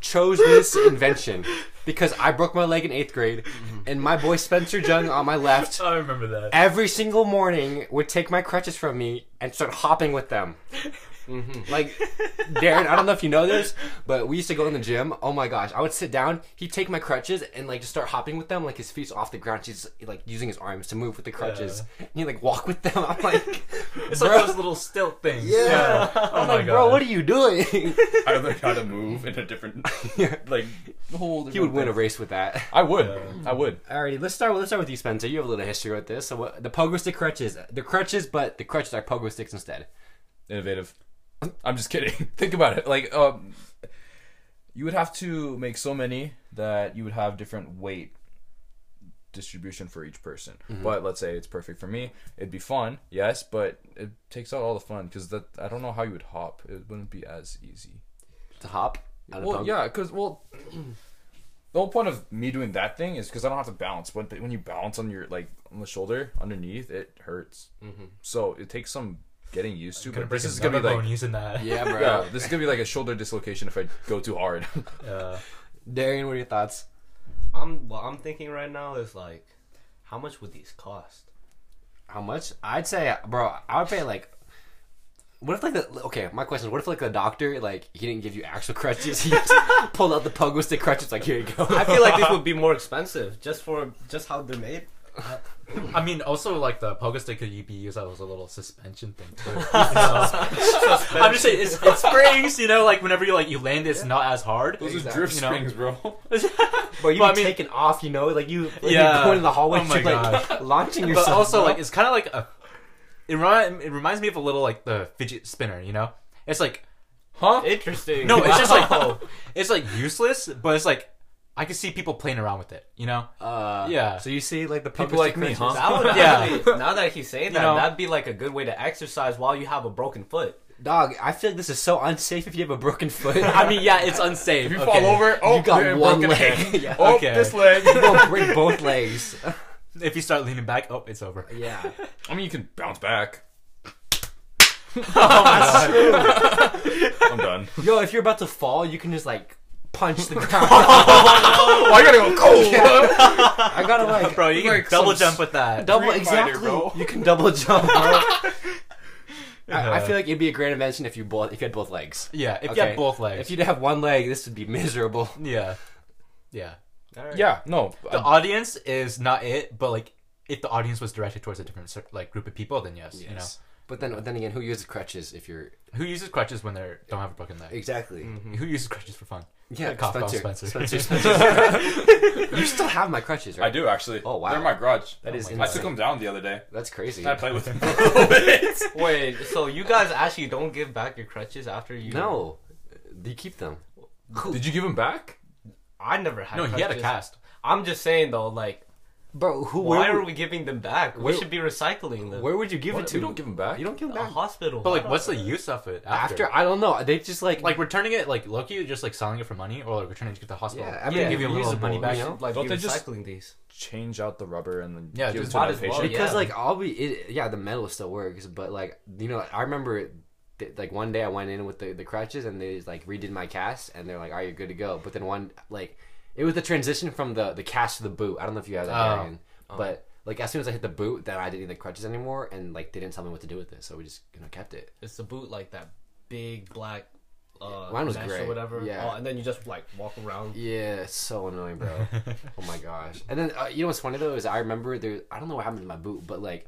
chose this invention because I broke my leg in eighth grade, and my boy Spencer Jung on my left I remember that. every single morning would take my crutches from me and start hopping with them. Mm-hmm. Like, Darren, I don't know if you know this, but we used to go in the gym. Oh my gosh, I would sit down. He'd take my crutches and like just start hopping with them. Like his feet's off the ground. He's like using his arms to move with the crutches. And he like walk with them. I'm like, It's bro. like those little stilt things. Yeah. Oh I'm my like, god. bro, what are you doing? I learned how to move in a different, like, whole. he would win a race with that. I would. I would. Alrighty, let's start. With, let's start with you, Spencer. You have a little history with this. So what, the pogo stick crutches, the crutches, but the crutches are pogo sticks instead. Innovative. I'm just kidding. Think about it. Like, um, you would have to make so many that you would have different weight distribution for each person. But let's say it's perfect for me. It'd be fun, yes, but it takes out all the fun because that I don't know how you would hop. It wouldn't be as easy. To hop. on a Well, pogo- yeah, because well, the whole point of me doing that thing is because I don't have to balance. But when you balance on your like on the shoulder underneath, it hurts. So it takes some getting used to. Gonna But this break is another gonna be like bone using that. Yeah, bro. yeah, this is gonna be like a shoulder dislocation if I go too hard. Uh, Darian, what are your thoughts? I'm. What I'm thinking right now is like, how much would these cost? How much? I'd say, bro, I would pay like. What if like the okay? My question is, what if like the doctor like he didn't give you actual crutches? He just pulled out the pogo stick crutches. Like here you go. I feel like this would be more expensive just for just how they're made. I mean, also like the pogo stick could be used as a little suspension thing too. you know? I'm just saying, it's, it springs. You know, like whenever you like you land, it's not as hard. Exactly. You know? bro. But you Well, I have mean- taken off, you know, like you like Yeah. you're going in the hallway, Oh my you're, like launching But yourself. also, bro. like it's kind of like a. It, remi- it reminds me of a little like the fidget spinner. You know, it's like Huh? Interesting. no, it's just Wow. like it's like useless, but it's like I can see people playing around with it. You know, uh, yeah. So you see like the pogo People stick like me, crutches? huh? That would Yeah. actually, now that he's saying that, know. that'd be like a good way to exercise while you have a broken foot. Dog, I feel like this is so unsafe if you have a broken foot. I mean, yeah, it's unsafe. If you okay. fall over, oh, you got you're one broken leg. again. yeah. Oh, Okay. this leg. You won't break both legs. if you start leaning back, oh, it's over. yeah. I mean, you can bounce back. I'm done. Yo, if you're about to fall, you can just like punch the ground. Oh, I gotta go cold. I gotta like Bro, you can Like double some jump with that. double Street Fighter, exactly. bro. You can double jump, bro. I, I feel like it'd be a great invention if you both if you had both legs. yeah, if you Okay. have both legs. If you'd have one leg, this would be miserable. yeah, yeah. Yeah, no. The I- audience is not it, but like if the audience was directed towards a different cer- like group of people, then yes, you know. But then then again, who uses crutches if you're Who uses crutches when they are don't have a broken leg? exactly? Who uses crutches for fun? Yeah, cough, cough, Spencer. Spencer. Spencer. Spencer. you still have my crutches, right? I do actually. Oh, wow. They're in my garage. That is I took insane. them down the other day. That's crazy. I played with them for a little bit. Wait, so you guys actually don't give back your crutches after you? No, you keep them. Did you give them back? I never had. No, he had a crutches. cast. I'm just saying though, like, Bro, who? why where, are we giving them back? where- we should be recycling them. Where would you give What, it to? we don't give them back. You don't give them a back. hospital. But like, what's the use of it after? after, I don't know. They just like like returning it, like Loki, you're just like selling it for money, or like returning it to the hospital. Yeah, I mean, They give you a little reusable, money back. you know? Like, Don't be they just- recycling these. change out the rubber and then Yeah, give it just to might the as well, patient. yeah. because like I'll be it, yeah the metal still works but like you know I remember it, th- like one day I went in with the, the crutches and they like redid my cast and they're like all right you're good to go but then one like it was the transition from the the cast to the boot I don't know if you guys are Oh. hearing but like as soon as I hit the boot then I didn't need the crutches anymore and like they didn't tell me what to do with it so we just you know kept it It's the boot like that big black. Uh, Mine was mesh gray. Or whatever. Yeah. Oh, and then you just like walk around. Yeah, it's so annoying, bro. oh my gosh. And then uh, you know what's funny though is I remember there. I don't know what happened to my boot, but like,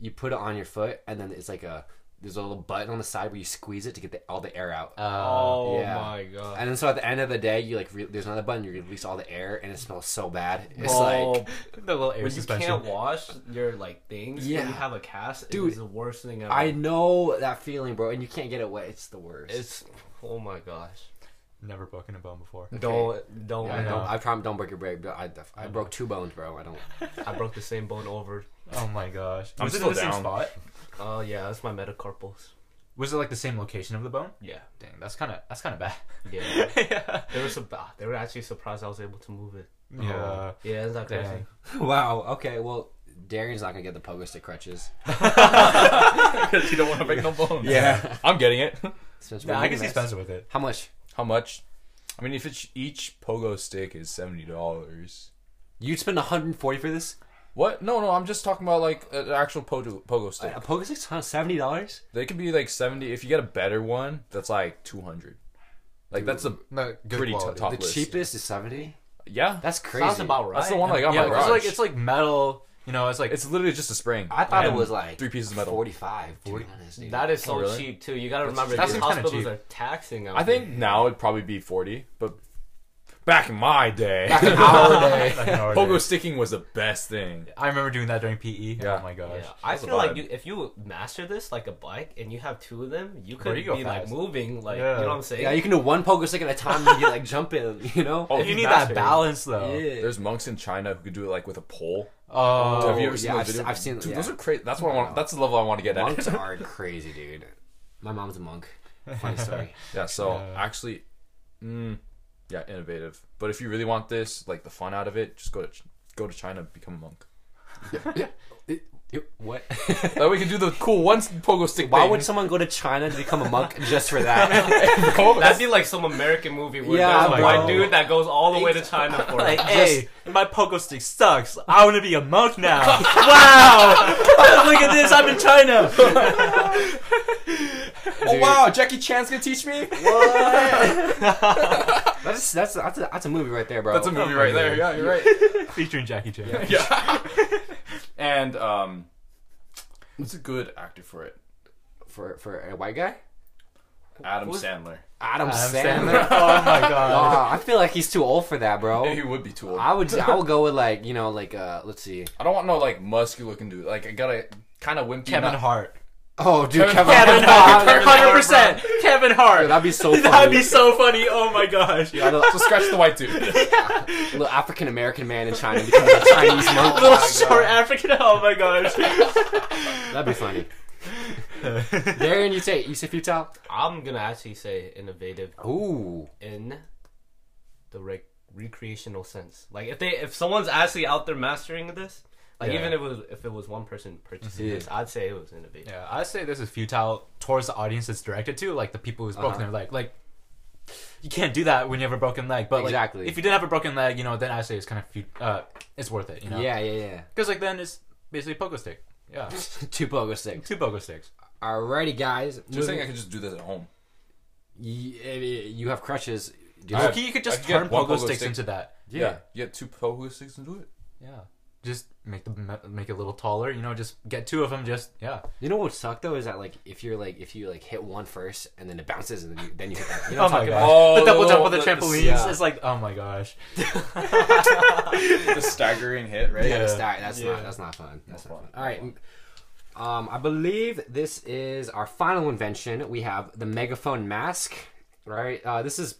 you put it on your foot, and then it's like a there's a little button on the side where you squeeze it to get the, all the air out. Uh, Oh yeah. my god. and then so at the end of the day, you like re- there's another button you release all the air, and it smells so bad. It's like, the little air when you suspension. can't wash your like things, yeah. Yeah. when you have a cast, Dude, it is the worst thing ever. I know that feeling, bro, and you can't get it wet. It's the worst. It's oh my gosh. Never broken a bone before. Don't don't. Yeah, I, I, don't, know. I prom don't break your break, but I, def- I broke two bones, bro. I don't. broke the same bone over. Oh my gosh. I'm Was it still in the same down. spot? Oh yeah, that's my metacarpals. Was it like the same location of the bone? Yeah, Dang, that's kind of that's kind of bad. yeah. yeah. they were sub- ah, they were actually surprised I was able to move it. Yeah. Yeah, isn't that crazy? Dang. wow. Okay. Well, Darian's not gonna get the pogo stick crutches. because you don't want to break no bones. Yeah. I'm getting it. Since Yeah, we're I doing can see this. Spencer with it. How much? How much? I mean, if it's each pogo stick is seventy dollars. You'd spend 140 for this? What? No, no. I'm just talking about like an actual pogo pogo stick. A poker stick's on seventy dollars? They could be like seventy. If you get a better one, that's like two hundred. Like that's the No, good pretty quality. top The list. cheapest is seventy. Yeah, That's crazy. Sounds about right. that's the one I got Yeah, in Oh my it's garage. like it's like metal. You know, it's like it's literally just a spring. I thought it And was like three pieces of metal. Forty-five. To be honest, dude. That is so Oh, really? cheap too. You gotta remember that these seems kinda hospitals cheap. are taxing. out I think now it'd probably be forty, but back in my day, Our day. like an hour pogo there. sticking was the best thing. I remember doing that during PE. Yeah. Oh my here. gosh. Yeah, I That's a feel like vibe. you, if you master this like a bike and you have two of them, you Bro, could you go be like fast. moving, like Yeah. you know what I'm saying? Yeah, you can do one pogo stick at a time and you like jump in. You know? Oh, You need that mastered. balance though. Oh, There's monks in China who could do it like with a pole. Oh, Have you ever seen yeah, those I've video? se- I've seen- Dude, yeah. those are crazy. That's what I want. That's the level I want to get at. Monks are crazy, dude. My mom's a monk. Funny story. yeah. So actually, mm, yeah, innovative. But if you really want this, like the fun out of it, just go to Ch- go to China, become a monk. It- it- what? That way we can do the cool one pogo stick. Why thing. would someone go to China to become a monk just for that? Bro, That'd be like some American movie where Yeah, there's a white bro. dude that goes all the way to China for like, it. hey, my pogo stick sucks. I want to be a monk now. wow! Look at this, I'm in China. oh wow, Jackie Chan's gonna teach me. That's that's that's a, that's a movie right there, bro. That's a movie right there. Yeah, you're right. Featuring Jackie Chan. yeah. and um, who's a good actor for it? for for a white guy. Adam Sandler. Adam, Adam Sandler. Sandler. Oh my god. Aw, I feel like he's too old for that, bro. Maybe he would be too old. Oh. I would I would go with like you know like uh let's see I don't want no like muscular looking dude. Like I gotta kind of wimpy. Kevin not- Hart. oh dude Kevin, Kevin Hart. Hart. 100%. Kevin Hart. that'd be so funny That'd be so funny. Oh my gosh. a little, So scratch the white dude. little African American man in China becomes a Chinese monk Little short African. Oh my gosh. that'd be funny Darren you say you say futile I'm gonna actually say innovative ooh in the rec- recreational sense. Like if they if someone's actually out there mastering this, like Yeah. even if it was if it was one person purchasing Yeah. this, I'd say it was innovative. Yeah, I say this is futile towards the audience it's directed to, like the people who's broken their leg. Like, you can't do that when you have a broken leg. But like, Exactly. if you did have a broken leg, you know, then I say it's kind of fut- uh, it's worth it. You know, yeah yeah because like then it's basically pogo stick. Yeah, yeah two pogo sticks two pogo sticks. alrighty guys Just moving- saying I could just do this at home. Y- eh, you have crushes do you I Loki, have- you could I just could get turn one pogo, pogo sticks stick. into that. Yeah. You get two pogo sticks and do it. Yeah, just make the me- make it a little taller. You know, just get two of them. Just yeah, You know what would suck though is that like if you're like if you like hit one first and then it bounces and then you, then you hit that. You know oh what I'm my talking gosh, about? Oh, the double the jump on the little- the- trampolines yeah. is like oh my gosh. The staggering hit, right? Yeah, Yeah. it's that- that's not that's not fun. That's not fun. All right. Um, I believe this is our final invention. We have the megaphone mask. Right. Uh, this is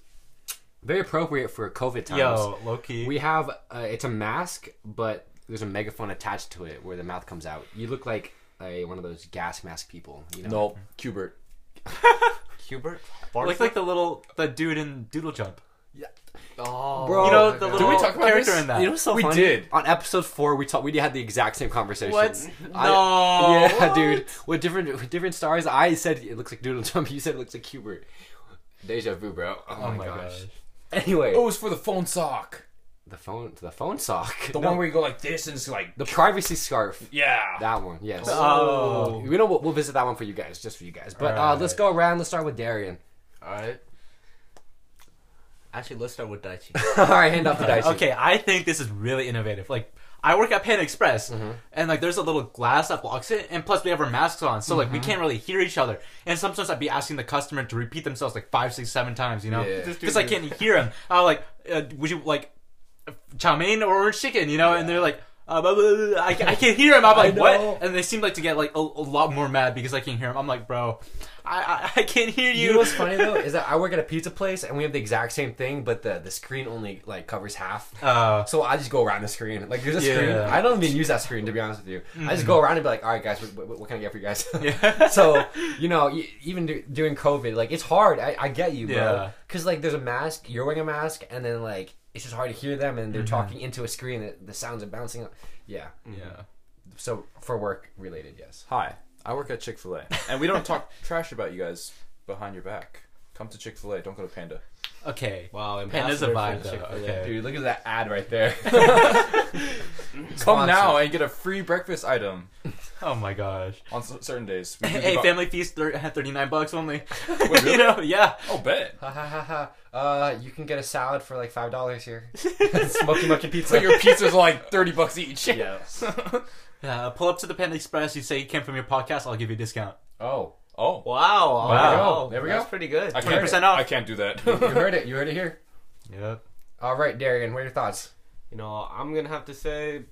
Very appropriate for COVID times. Yo, low key. We have uh, it's a mask, but there's a megaphone attached to it where the mouth comes out. You look like a, one of those gas mask people. You know? No, Cubert. Hubert? like like the little the dude in Doodle Jump. oh, Bro, You know the God. little we talk about character this? in that. You know what's so We funny? did. on episode four. We talked. We had the exact same conversation. What? I- No. yeah, What? dude. With different with different stars, I said it looks like Doodle Jump. You said it looks like Hubert. Deja vu, bro. Oh, my, gosh. Anyway, It was for the phone sock. the phone the phone sock. The No, one where you go like this and it's like, the privacy scarf. yeah. That one, yes. Oh. We know we'll, we'll visit that one for you guys, just for you guys. But uh, let's go around. Let's start with Darian. Alright. Actually, let's start with Daichi. All right, hand off the dice. Okay, I think this is really innovative. Like, I work at Pan Express, and like, there's a little glass that blocks it, and plus we have our masks on, so like, we can't really hear each other. And sometimes I'd be asking the customer to repeat themselves like five, six, seven times, you know, Yeah. because I can't hear them. I'm like, uh, would you like chow mein or orange chicken? You know, and they're like. Uh, blah, blah, blah, blah. I, ca- I can't hear him. I'm like, know. what? And they seem like to get like a, a lot more mad because I can't hear him. I'm like, bro, I I, I can't hear you. You know what's funny though is that I work at a pizza place and we have the exact same thing, but the, the screen only like covers half. Uh, So I just go around the screen. Like there's a Yeah. Mm-hmm. screen. I don't even use that screen to be honest with you. I just go around and be like, all right, guys, what, what, what can I get for you guys? Yeah. so you know, y- even do, during COVID, like it's hard. I, I get you, bro. Yeah. Because like there's a mask, you're wearing a mask, and then like it's just hard to hear them, Mm-hmm. and they're talking into a screen. That the sounds are bouncing. Up. Yeah. Mm. yeah. So for work related, yes. Hi, I work at Chick Fil A, and we don't talk trash about you guys behind your back. Come to Chick Fil A. Don't go to Panda. Okay. Wow, Panda's a vibe, though. Okay. Dude, look at that ad right there. Come now and get a free breakfast item Oh my gosh. on s- certain days. We do Hey, give out- family feast, thir- 39 bucks only. really? you know, yeah. Oh, bet. Ha ha ha ha. Uh, you can get a salad for like five dollars here. Smoky Monkey So Pizza. your pizzas are like thirty bucks each. Oh, yes. Uh, pull up to the Panda Express. You say you came from your podcast. I'll give you a discount. Oh, Oh, Wow. Wow. wow. There we That's go. pretty good. I can't. 20% off. I can't do that. you heard it. You heard it here. Yep. All right, Darian. What are your thoughts? You know, I'm going to have to say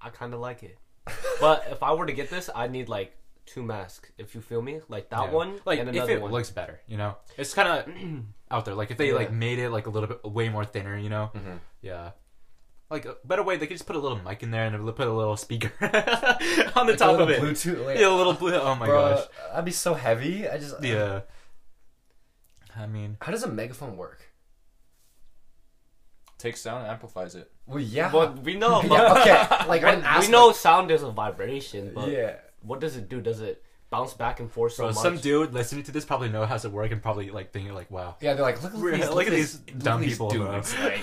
I kind of like it. But if I were to get this, I'd need like two masks, if you feel me. Like that Yeah. one Like, and if another it one. looks better, you know? It's kind of out there. Like, if they, like, made it, like, a little bit way more thinner, you know? Yeah. Like, a better way, they could just put a little mic in there and put a little speaker on the top of it. Bluetooth. Like, Yeah, a little blue. Oh my bro, gosh. that'd be so heavy. I just. Yeah. I mean, How does a megaphone work? Takes sound and amplifies it. Well, yeah. But we know about yeah okay. Like I'm we know sound is a vibration, but Yeah. what does it do? Does it bounce back and forth so bro, much? some dude listening to this probably know how to work and probably, like, thinking, like, wow. Yeah, they're like, look at these, Look, at these dumb people. bro. dudes. Like,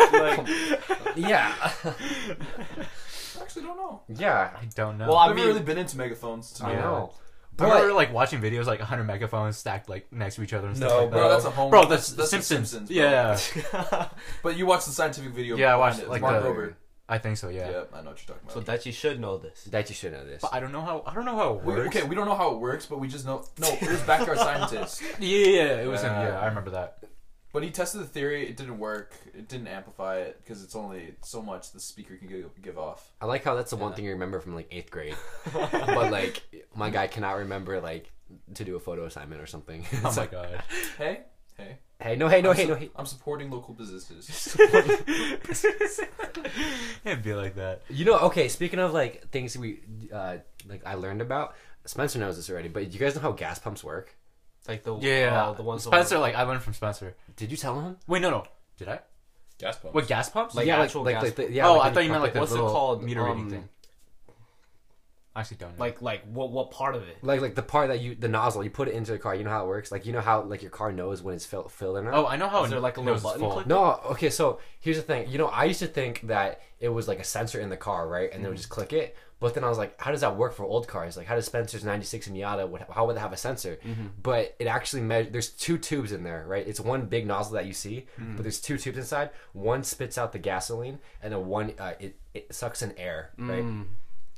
yeah, I actually don't know. yeah. I don't know. Well, I I've mean, never really been into megaphones. To I be honest. know. I remember But like watching videos like 100 megaphones stacked like next to each other and stuff No, like that. Bro, that's a home. Bro, that's, the the Simpsons. bro. yeah, But you watched the scientific video. Yeah, I behind watched it. it, like Mark the- Robert. I think so. Yeah, I Yeah. know what you're talking so about. that you should know this. that you should know this. but I don't know how. I don't know how it We, works. okay, we don't know how it works, but we just know. No, it was backyard scientist. Yeah, yeah, yeah, it was. him. Uh, yeah, I remember that. But he tested the theory. It didn't work. It didn't amplify it because it's only so much the speaker can give, give off. I like how that's the one thing you remember from like eighth grade, but like my guy cannot remember like to do a photo assignment or something. Oh It's my like, god. Hey, hey. hey, no, hey, no, I'm hey, su- no, hey. I'm supporting local businesses. It'd be like that. You know, okay. Speaking of like things we uh, like, I learned about. Spencer knows this already, but you guys know how gas pumps work. Like the Yeah, uh, the ones Spencer. Like I learned from Spencer. Did you tell him? Wait, no, no. Did I? Gas pump. What gas pumps? Like yeah, actual like, gas like, pump. like, yeah. oh, like I when thought you you meant pump like the What's it little called? meter reading Um, thing. I actually don't know. Like like what what part of it? like like the part that you the nozzle you put it into the car. You know how it works. Like you know how like your car knows when it's filled filled or not. oh, I know how. Is there it like a knows little button it's full. click? No, okay, so here's the thing. You know, I used to think that it was like a sensor in the car, right? And they would just click it. But then I was like, how does that work for old cars? Like, how does Spencer's 96 and Miata, what, how would they have a sensor? But it actually measures, there's two tubes in there, right? It's one big nozzle that you see, but there's two tubes inside. One spits out the gasoline, and then one, uh, it, it sucks in air, right?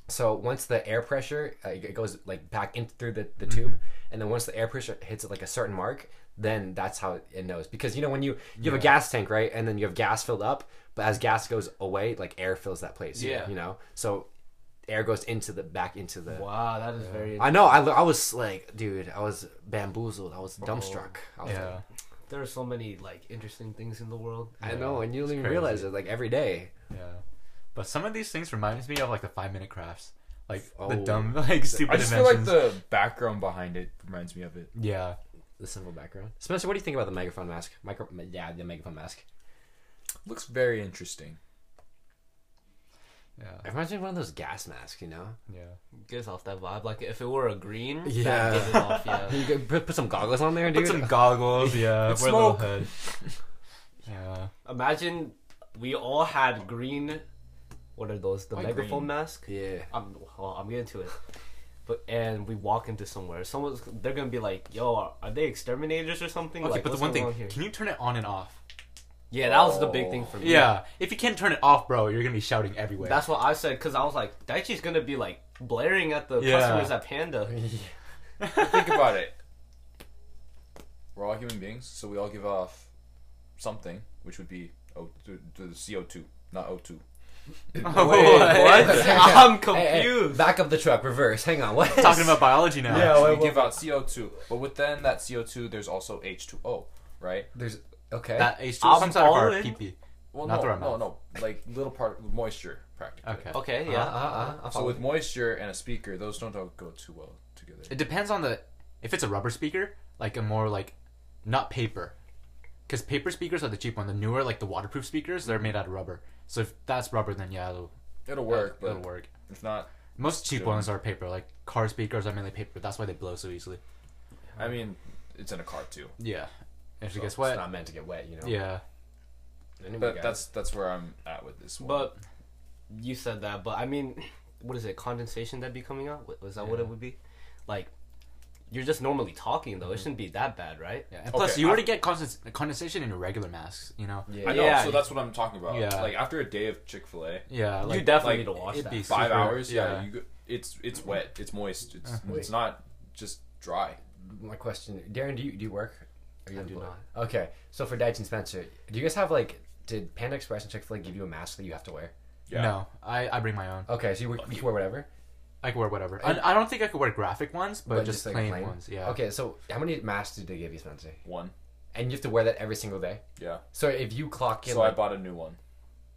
So once the air pressure, uh, it goes like back in through the, the tube, and then once the air pressure hits like a certain mark, then that's how it knows. Because you know when you you have a gas tank, right, and then you have gas filled up, but as gas goes away, like air fills that place. Yeah. you know, so air goes into the back into the. Wow, that is very. I know. I, I was like, dude, I was bamboozled. I was dumbstruck. I was Yeah. like, there are so many like interesting things in the world. I know, and you don't even crazy. realize it. Like every day. Yeah. But some of these things reminds me of like the five minute crafts, like the Oh. dumb, like stupid. I just feel like inventions. the background behind it reminds me of it. yeah. The simple background. Spencer, what do you think about the megaphone mask? Micro, yeah, the megaphone mask. Looks very interesting. Yeah. It reminds me of one of those gas masks, you know. Yeah. Gives off that vibe. Like if it were a green, that Yeah. gives it off, yeah. You could put, put some goggles on there, dude. Put some goggles. Yeah. It's wear a little smoke. hood. Yeah. Imagine we all had green. What are those? The Why megaphone green? mask. yeah. I'm well, I'm getting to it. But and we walk into somewhere. Someone's they're gonna be like, "Yo, are, are they exterminators or something?" Okay, like, but the what's one going on thing, here? can you turn it on and off? yeah, that was the big thing for me. Yeah. If you can't turn it off, bro, you're gonna be shouting everywhere. that's what I said because I was like, Daichi's gonna be like blaring at the Yeah. customers at Panda. Think about it. We're all human beings, so we all give off something, which would be O the CO two, not O two. oh, Wait, what? I'm Hey, hey, confused. back up the truck, reverse. Hang on, what? Talking about biology now. So we give out CO two, but within that CO two, there's also H two O, right? There's okay. That H2 I'm comes out of our following. PP. Well, Not no, through our no, no, like little part moisture practically. Okay. Okay, uh, uh, yeah. Uh-huh, uh, I'll So follow. with moisture and a speaker, those don't all go too well together. It depends on the if it's a rubber speaker, like a more like not paper, because paper speakers are the cheap one. The newer like the waterproof speakers, they're made out of rubber. So if that's rubber, then yeah, it'll It'll work, but it'll work. if not, Most cheap Yeah. ones are paper. Like car speakers are mainly paper. That's why they blow so easily. I mean, it's in a car too. Yeah. And so So guess what? It's not meant to get wet, you know. yeah. Anyway, But guys. that's that's where I'm at with this one. But you said that, but I mean, what is it? Condensation that'd be coming out? Wa- Was that what it would be? Like, you're just normally talking though. It shouldn't be that bad, right? Mm-hmm. yeah. And plus, Okay, you already get condens- condensation in your regular masks. You know. Yeah. I know, Yeah. so that's what I'm talking about. Yeah. Like after a day of Chick Fil A, Yeah. Like, you definitely like, need to wash it'd that. be five super- hours. Yeah, yeah. you go, it's it's wet, it's moist, it's Wait. it's not just dry. my question, Darren. Do you do you work? Are you I do employed? Okay, so for Dietz and Spencer, do you guys have like? Did Panda Express and Chick Fil A give you a mask that you have to wear? Yeah. No, I, I bring my own. Okay, so you, wear- you can wear whatever, I can wear whatever. I, I don't think I could wear graphic ones, but, but just, like, plain, ones. Yeah. Okay, so how many masks did they give you, Spencer? One. And you have to wear that every single day. Yeah. So if you clock in, So I like, bought a new one.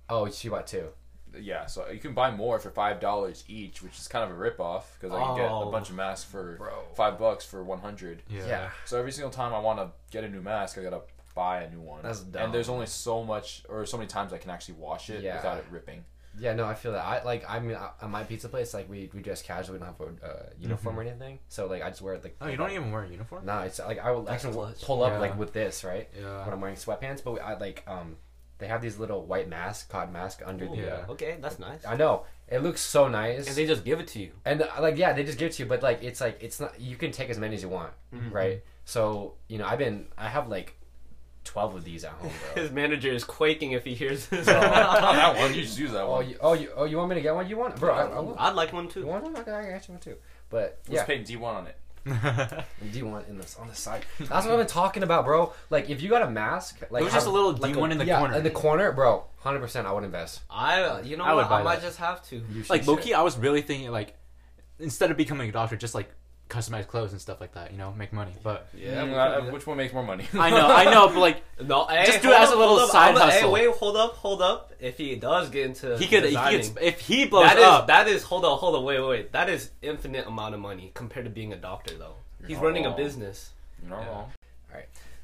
oh, she bought two. Yeah, so you can buy more for five dollars each, which is kind of a ripoff because I can get a Oh. bunch of masks for Bro. five bucks for one hundred. Yeah. So every single time I want to get a new mask, I gotta buy a new one. That's dumb. And there's only so much or so many times I can actually wash it Yeah. without it ripping. Yeah, no, I feel that. I like. I mean, I, at my pizza place, like we, we dress casual. We don't have a uh, uniform or anything. So like, I just wear like. Mm-hmm. Oh, you don't even wear a uniform? No, it's like I will actually clutch. pull up Yeah. like with this right Yeah. when I'm wearing sweatpants. But we, I like um, they have these little white masks, cotton masks under Ooh, the. uh, Yeah. Okay, that's nice. I know it looks so nice, And and, they just give it to you. uh, like yeah, they just give it to you. But like it's like it's not you can take as many as you want, Mm-hmm. right? So you know I've been I have like twelve of these at home, bro. His manager is quaking if he hears this. Not that one. You just use that oh one. you oh you oh you want me to get one? You want bro? I, I want, I'd like one you too. want one? Okay, I got you one too. But yeah, Just paint D one on it. D one in this on the side. That's what I've been talking about, bro. Like if you got a mask, like It was just have- a little like D1 in the yeah, corner. in the corner, bro. Hundred percent, I would invest. I, you know, I I, would what? buy I might that. just have to. You should like share. Loki, I was really thinking like instead of becoming a doctor, just like customize clothes and stuff like that. You know, make money. But Yeah, Mm, we uh, could do which one makes more money? I know, I know, but like No, hey, Just do hold it as a up, little hold up. side I'm a- hustle. Hey, wait, hold up, hold up. If he does get into he could, he designing, could if he blows that is up. that is hold on, hold on, wait, wait, wait. That is infinite amount of money compared to being a doctor, though. He's not running a wrong. business. You're not wrong.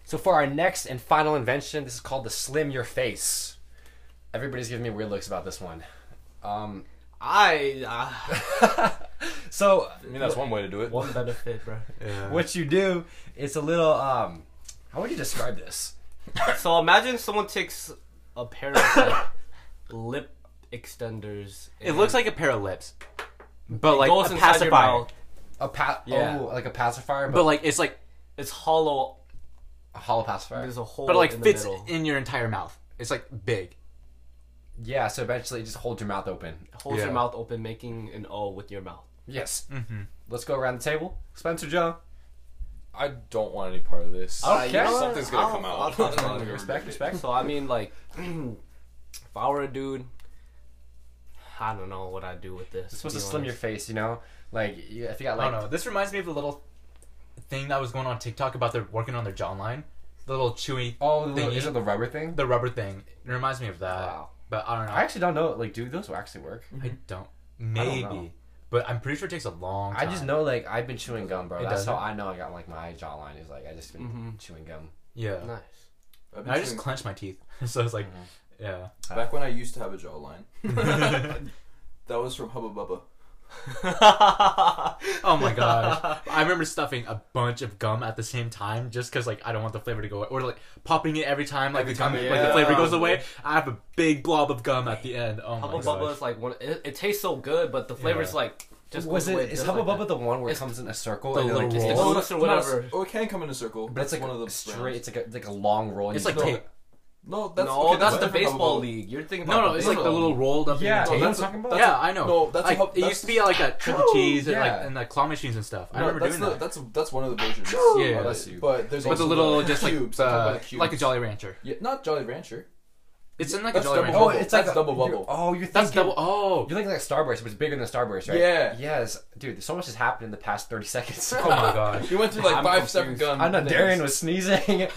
So for our next and final invention, this is called the Slim Your Face. Everybody's giving me weird looks about this one. Um, I uh, so I mean, that's one way to do it. one benefit, bro. Yeah. what you do? It's a little um, how would you describe this? So imagine someone takes a pair of like, lip extenders. it looks like a pair of lips, but like goes a inside your pacifier. mouth. A pa- Yeah. oh, like a pacifier, But but, like it's like, It's hollow. a hollow pacifier. There's a hole. but it, like in fits The middle. in your entire mouth. It's like big. Yeah, so eventually it just holds your mouth open. Holds Yeah. your mouth open, making an O with your mouth. Yes. Mm-hmm. Let's go around the table. Spencer Joe. I don't want any part of this. I don't care. Something's gonna come I'll- out. I'll talk You're Respect, respect. So I mean, like, if I were a dude, I don't know what I'd do with this. supposed to be slim your honest. face, you know? Like, you- if you got I like. don't know. This reminds me of the little thing that was going on TikTok about they're working on their jawline. the little chewy Oh, the little, thingy. is it the rubber thing? the rubber thing. It reminds me of that. Wow. But I don't know. I actually don't know. Like, do those actually work? I don't. Maybe, know. but I'm pretty sure it takes a long. I time. just know, like, I've been chewing gum, bro. It That's doesn't? how I know I got like my jawline is like I just been chewing gum. Yeah. Nice. I've And been I just chewing- clenched my teeth, so it's like, yeah. back when I used to have a jawline. that was from Hubba Bubba. Oh my gosh! I remember stuffing a bunch of gum at the same time just because like I don't want the flavor to go away, or like popping it every time like Every the time, gum like the flavor yeah. goes away. I have a big blob of gum at the end. Oh Hubba my Bubba gosh! is like one. It, it tastes so good, but the flavor's Yeah. like just was goes away it? Is just Hubba like Bubba the one where it It's- comes in a circle the and then, like little just roll. It's or whatever. Not a, oh, it can come in a circle, but But it's like one of the straight. brands. It's like a, it's like a long roll. and It's you like just- tape. No, that's That's, no, okay, that's the different from Hubba baseball Bubba. league. You're thinking about No, no, the it's like the baseball little rolled up. Yeah, tape. tape. that's- I'm talking about. that's- yeah, I know. no, that's a like, hub- it that's- used to be at, like at Trick or Cheese and Yeah. like and like claw machines and stuff. I No, remember that's doing the, that. That's that's one of the versions. Yeah. of That's it. you. But there's But the also little just like cubes. I'm talking uh, about the like a cubes. Jolly Rancher. Yeah, not Jolly Rancher. It's in like a That's Jolly double Rancher. Oh, bubble. it's like That's a, double you're- bubble. Oh, you're thinking That's double. Oh, You're thinking like Starburst, but it's bigger than Starburst, right? Yeah. Yes, dude. So much has happened in the past thirty seconds. oh my gosh. We went through like I'm five separate confused. guns. I know Darian was sneezing.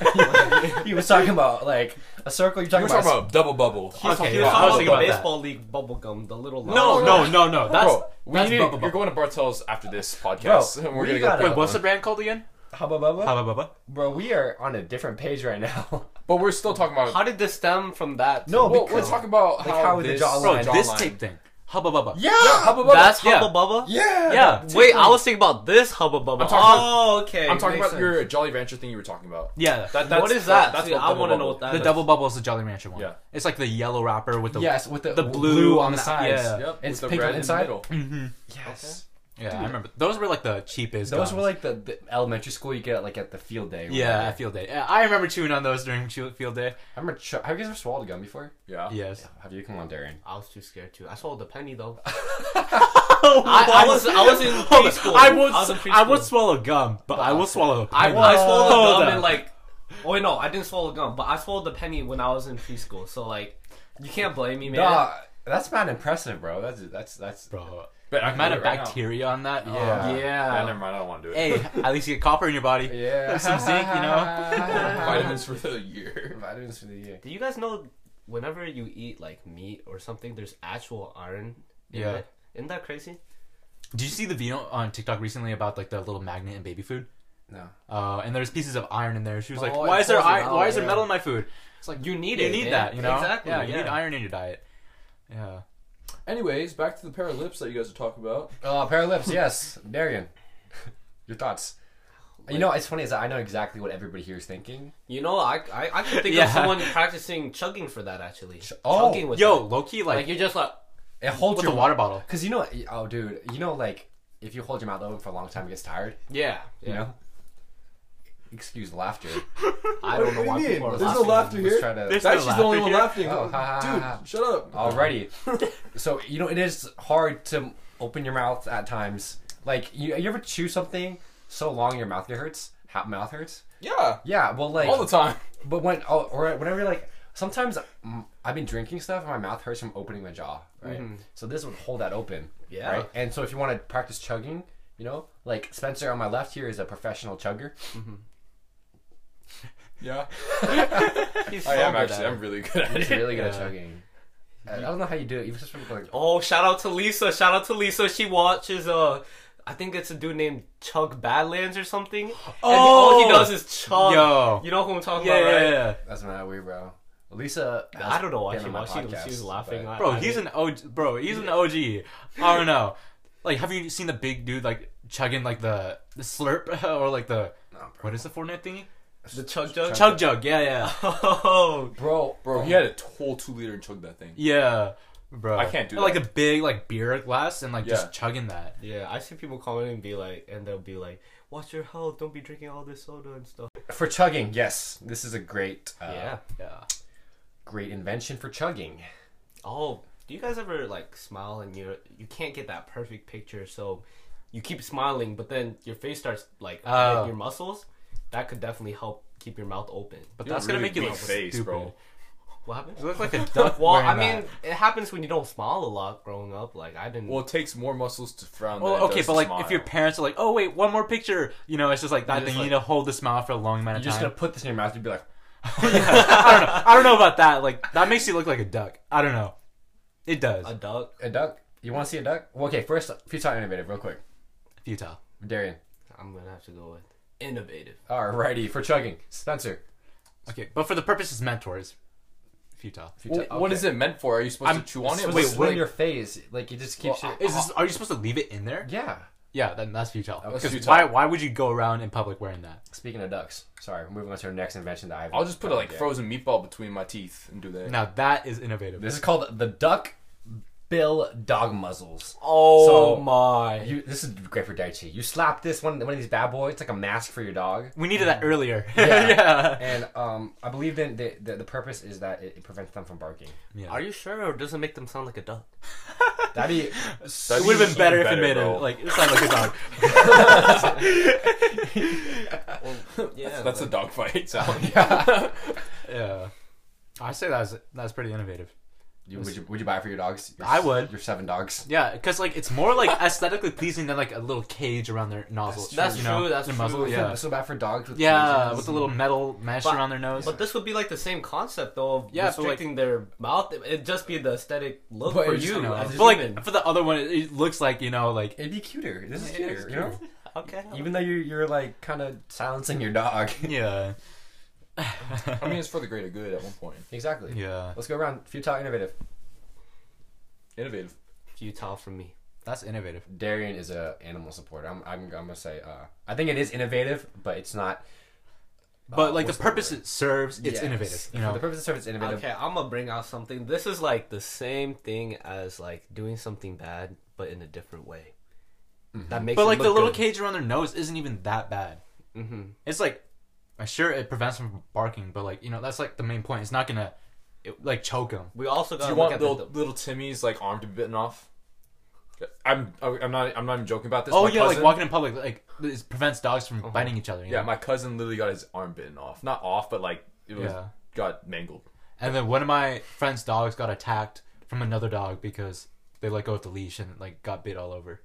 he was talking about like a circle. You're You talking were about. talking about double bubble. Okay, He yeah, was I was talking thinking about the about that. baseball league bubble gum, the little. No, no, no, no. That's Bro, we that's need- Bubba you're Bubba. going to Bartels after this podcast. We're gonna go pick Wait, what's the brand called again? Hubba Bubba. Hubba Bubba. Bro, we are on a different page right now. But we're still talking about. How did this stem from that? No, well, because- we're talking about Like how, how the this, jawline- Bro, Jawline. this tape thing. Hubba Bubba. Yeah. Hubba Bubba. that's Yeah. Hubba Bubba. yeah. Yeah. Wait, I was thinking about this Hubba Bubba. I'm talking oh, okay. I'm talking makes about sense. your Jolly Rancher thing you were talking about. Yeah. That, that's, what is that? That's See, what I double want to know bubble. what that the is. double bubble is the Jolly Rancher one. Yeah. It's like the yellow wrapper with the Yes, with the, The w- blue on on the the- sides. yeah. Yep, It's with the pink red on in the the inside. middle. Yes. Yeah, I remember. Those were like the cheapest. Those gums. were like the, the elementary school you get like at the field day. or Yeah, whatever. at field day. Yeah, I remember chewing on those during chew- field day. I remember. Ch- have you guys ever swallowed gum before? Yeah. Yes. Have you? Come on, Darian. I was too scared too. I sold the penny though. I, I was I was in preschool. I would, was in preschool. I would swallow gum, but I will swallow. a I, penny. I swallowed Hold gum up. and like. Oh wait, no, I didn't swallow gum, but I swallowed the penny when I was in preschool. So like, you can't blame me, man. Nah, that's not impressive, bro. That's that's that's. bro. But I Amount might of bacteria on that. Yeah. Yeah. Yeah, never mind. I don't want to do it. Hey, at least you get copper in your body. Yeah. Some zinc, you know? Vitamins for the year. Vitamins for the year. Do you guys know? Whenever you eat like meat or something, there's actual iron. In Yeah. It? Isn't that crazy? Did you see the video on TikTok recently about like the little magnet in baby food? No. Uh, and there's pieces of iron in there. She was like, Oh, "Why it is there pulls it iron? out, Why is there yeah. metal in my food?" It's like You need you it, need man. that, you know? Exactly, Yeah, you need yeah. iron in your diet. Yeah. Anyways, back to the pair of lips that you guys are talking about. Uh, pair of lips. Yes, Darian. Your thoughts. you know, it's funny is that I know exactly what everybody here is thinking. You know, I I, I can think Yeah. of someone practicing chugging for that actually. oh. chugging with Yo, it. low key, like like, you're just like It holds with your a water bottle. Because you know, oh dude, you know, like if you hold your mouth open for a long time, it gets tired. yeah, yeah. You know. Excuse laughter. What I don't know do you why mean? people are There's no laughing. laughter Let's here. try to- There's- That's no she's the only one laughter laughing. here. Oh, ha, ha, ha. Oh. Dude, shut up. Alrighty. so you know it is hard to open your mouth at times. Like you, you ever chew something so long your mouth hurts? Ha- mouth hurts? Yeah, Yeah. Well, like all the time. But when oh, or whenever like sometimes mm, I've been drinking stuff and my mouth hurts from opening my jaw, right? So this would hold that open, Mm-hmm. Yeah. Right? And so if you want to practice chugging, you know, like Spencer on my left here is a professional chugger. Yeah, He's I am sober actually. then. I'm really good at He's it. really good at Yeah. chugging. I I don't know how you do it. You just sort of like Oh, shout out to Lisa! Shout out to Lisa. She watches. Uh, I think it's a dude named Chug Badlands or something. Oh, and all he does is chug. Yo. you know who I'm talking Yeah, about, yeah, right? yeah. that's not weird, bro. Lisa, I don't know why been she on my watched. She, was- podcast, she was laughing. but- I- Bro, I he's mean- an OG. Bro, he's an OG. I don't know. Like, have you seen the big dude like chugging like the, the slurp or like the what is the Fortnite thingy? the Chug Jug. Chug jug. Yeah, yeah, Oh, bro, Bro, he had a whole two liter and chugged that thing. yeah. Bro, I can't do Like that. a big like beer glass and like Yeah. just chugging that. yeah. I see people comment and be like, and they'll be like, "Watch your health. Don't be drinking all this soda and stuff." for chugging. Yes, this is a great, uh, yeah. Yeah. great invention for chugging. Oh, do you guys ever like smile and you you can't get that perfect picture, so you keep smiling, but then your face starts like Oh. your muscles. That could definitely help keep your mouth open. But You have that's gonna really make you big look face, stupid. bro. What happens? You look like a duck. Well, wearing I that. mean, it happens when you don't smile a lot growing up. Like I didn't. Well, it takes more muscles to frown. than Well, it okay, does but to like, if smile. your parents are like, "Oh wait, one more picture," you know, it's just like that just thing. like- you need to hold the smile for a long amount You're of just time. gonna put this in your mouth and be like, I don't know. I don't know about that. Like, that makes you look like a duck. I don't know. It does. a duck. A duck? You want to see a duck? Well, okay, first, futile innovative, real quick. Futile. Darian. I'm gonna have to go with innovative. Alrighty, for chugging. Spencer. Okay, but for the purposes mentors, futile. Futile. Wh- What is it meant for? Are you supposed I'm- to chew on it? Wait, Wait, what what- in your face? Like, it just keeps Well, you. Is this? Are you supposed to leave it in there? Yeah. Yeah, then that's futile. was Because futile. why? Why would you go around in public wearing that? Speaking of ducks, sorry, we're moving on to our next invention that I've. I'll just put a like Yeah. frozen meatball between my teeth and do that. Now that is innovative. This is called the duck bill dog muzzles. Oh So- my! You, this is great for Daichi. You slap this one, one of these bad boys. It's like a mask for your dog. we needed that earlier. Yeah. yeah. And um, I believe then the, the the purpose is that it, it prevents them from barking. Yeah. Are you sure, or does it make them sound like a duck? That'd be it would have been better, if it made bro. it like it sounded like a dog. Yeah, That's a dog fight sound. Yeah. I say that's that's pretty innovative. You- would you would you buy it for your dogs? Your, I would. Your seven dogs. Yeah, because like it's more like aesthetically pleasing than like a little cage around their nozzle. That's you true, know, that's their true. muzzle, I feel Yeah. so bad for dogs with Yeah, cages. with a little metal mesh But- around their nose. But this would be like the same concept though of Yeah, but, like- restricting their mouth. It'd just be the aesthetic look But for it's- you you. know. as a But like human. for the other one, it, it looks like you know, like It'd be cuter. This is It cuter, is you know. okay, Even though you're you're like kind of silencing your dog. yeah, I mean, it's for the greater good at one point. exactly. yeah. Let's go around. Futile, innovative. Innovative. futile for me. That's innovative. Darian is a animal supporter. I'm I'm, I'm gonna say. Uh, I think it is innovative, but it's not. But Uh, like the what's the purpose it serves, it's Yes. innovative. You For the know, purpose of service, innovative. Okay, I'm gonna bring out something. This is like the same thing as like doing something bad, but in a different way. Mm-hmm. That makes but it like the look little good. cage around their nose isn't even that bad. Mhm. It's like, uh, sure, it prevents them from barking, but like you know, that's like the main point. It's not gonna it, like choke them. Oh, We also Do got you to want at little the, little Timmy's like arm to be bitten off? I'm I'm not I'm not even joking about this. Oh My yeah, cousin- like walking in public, like it prevents dogs from biting each other. You Yeah, know? my cousin literally got his arm bitten off. Not off, but like it was Yeah. got mangled. And then one of my friend's dogs got attacked from another dog because they let go of the leash and like got bit all over.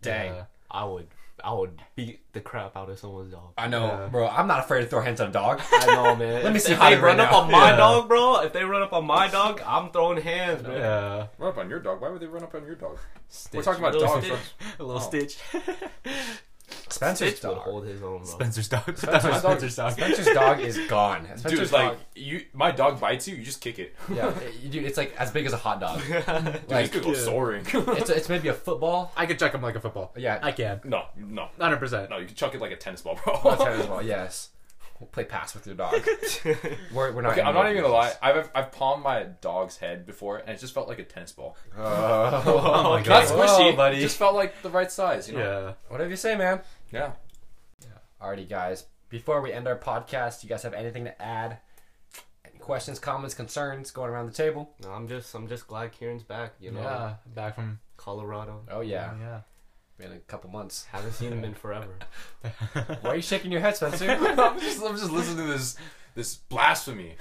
Dang. Uh, I would I would beat the crap out of someone's dog. I know, Yeah. bro. I'm not afraid to throw hands on a dog. I know, man. Let me If- see if how they they run run up out. on my Yeah. dog, bro. If they run up on my dog, I'm throwing hands, man. yeah. Run up on your dog? Why would they run up on your dog? Stitch. We're talking about Little dogs. Stitch. right? a little stitch. Spencer's Stitch would dog. hold his own, bro. Spencer's dog. That's my Spencer's dog. Spencer's dog is gone. Dude, Spencer's it's like you, my dog bites you, you just kick it. dog, yeah, it- dude, it's like as big as a hot dog. Dude, like this could go soaring. it's it's maybe a football. I could chuck him like a football. Yeah. I can. no, no, Hundred percent. no. You can chuck it like a tennis ball, bro. I'll try it as well. Yes, we'll play pass with your dog. We're, we're not. Okay, I'm not even gonna lie. animals. I've I've palmed my dog's head before, and it just felt like a tennis ball. Oh, Oh my Not god. That's- Whoa, squishy, buddy. It just felt like the right size. You know? Yeah. whatever you say, man. Yeah. Alrighty, guys. Before we end our podcast, you guys have anything to add? Any questions, comments, concerns? Going around the table. No, I'm just I'm just glad Kieran's back. You know, Yeah. Back from Colorado. Oh yeah, yeah. been a couple months. Haven't seen him in forever. Why are you shaking your head, Spencer? I'm just I'm just listening to this this blasphemy.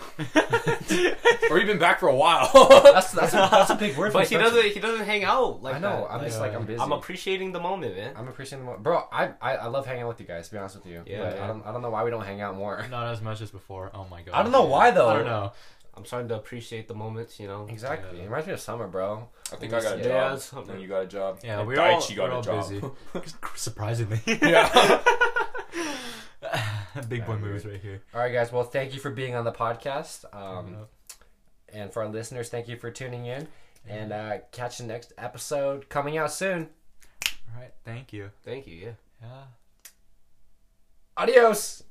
or you've been back for a while. that's that's a, that's a big word. for But he Spencer. doesn't he doesn't hang out like I know. that. I'm Like, just like I'm busy. I'm appreciating the moment, man. I'm appreciating the mo- bro. I, I I love hanging out with you guys. To be honest with you, Yeah, Like, yeah. I don't I don't know why we don't hang out more. Not as much as before. Oh my god. I don't know why though. I don't know. I'm starting to appreciate the moments, you know. Exactly. It Yeah. reminds me of summer, bro. I think I got a Yeah, job. it's something. and you got a job. Yeah, and we're all, Daichi we're all busy. Surprisingly. yeah. Big boy Yeah, moves right here. All right, guys. Well, thank you for being on the podcast. Um, and for our listeners, thank you for tuning in. And uh, catch the next episode coming out soon. All right. Thank you. Thank you, yeah. Yeah. Adios.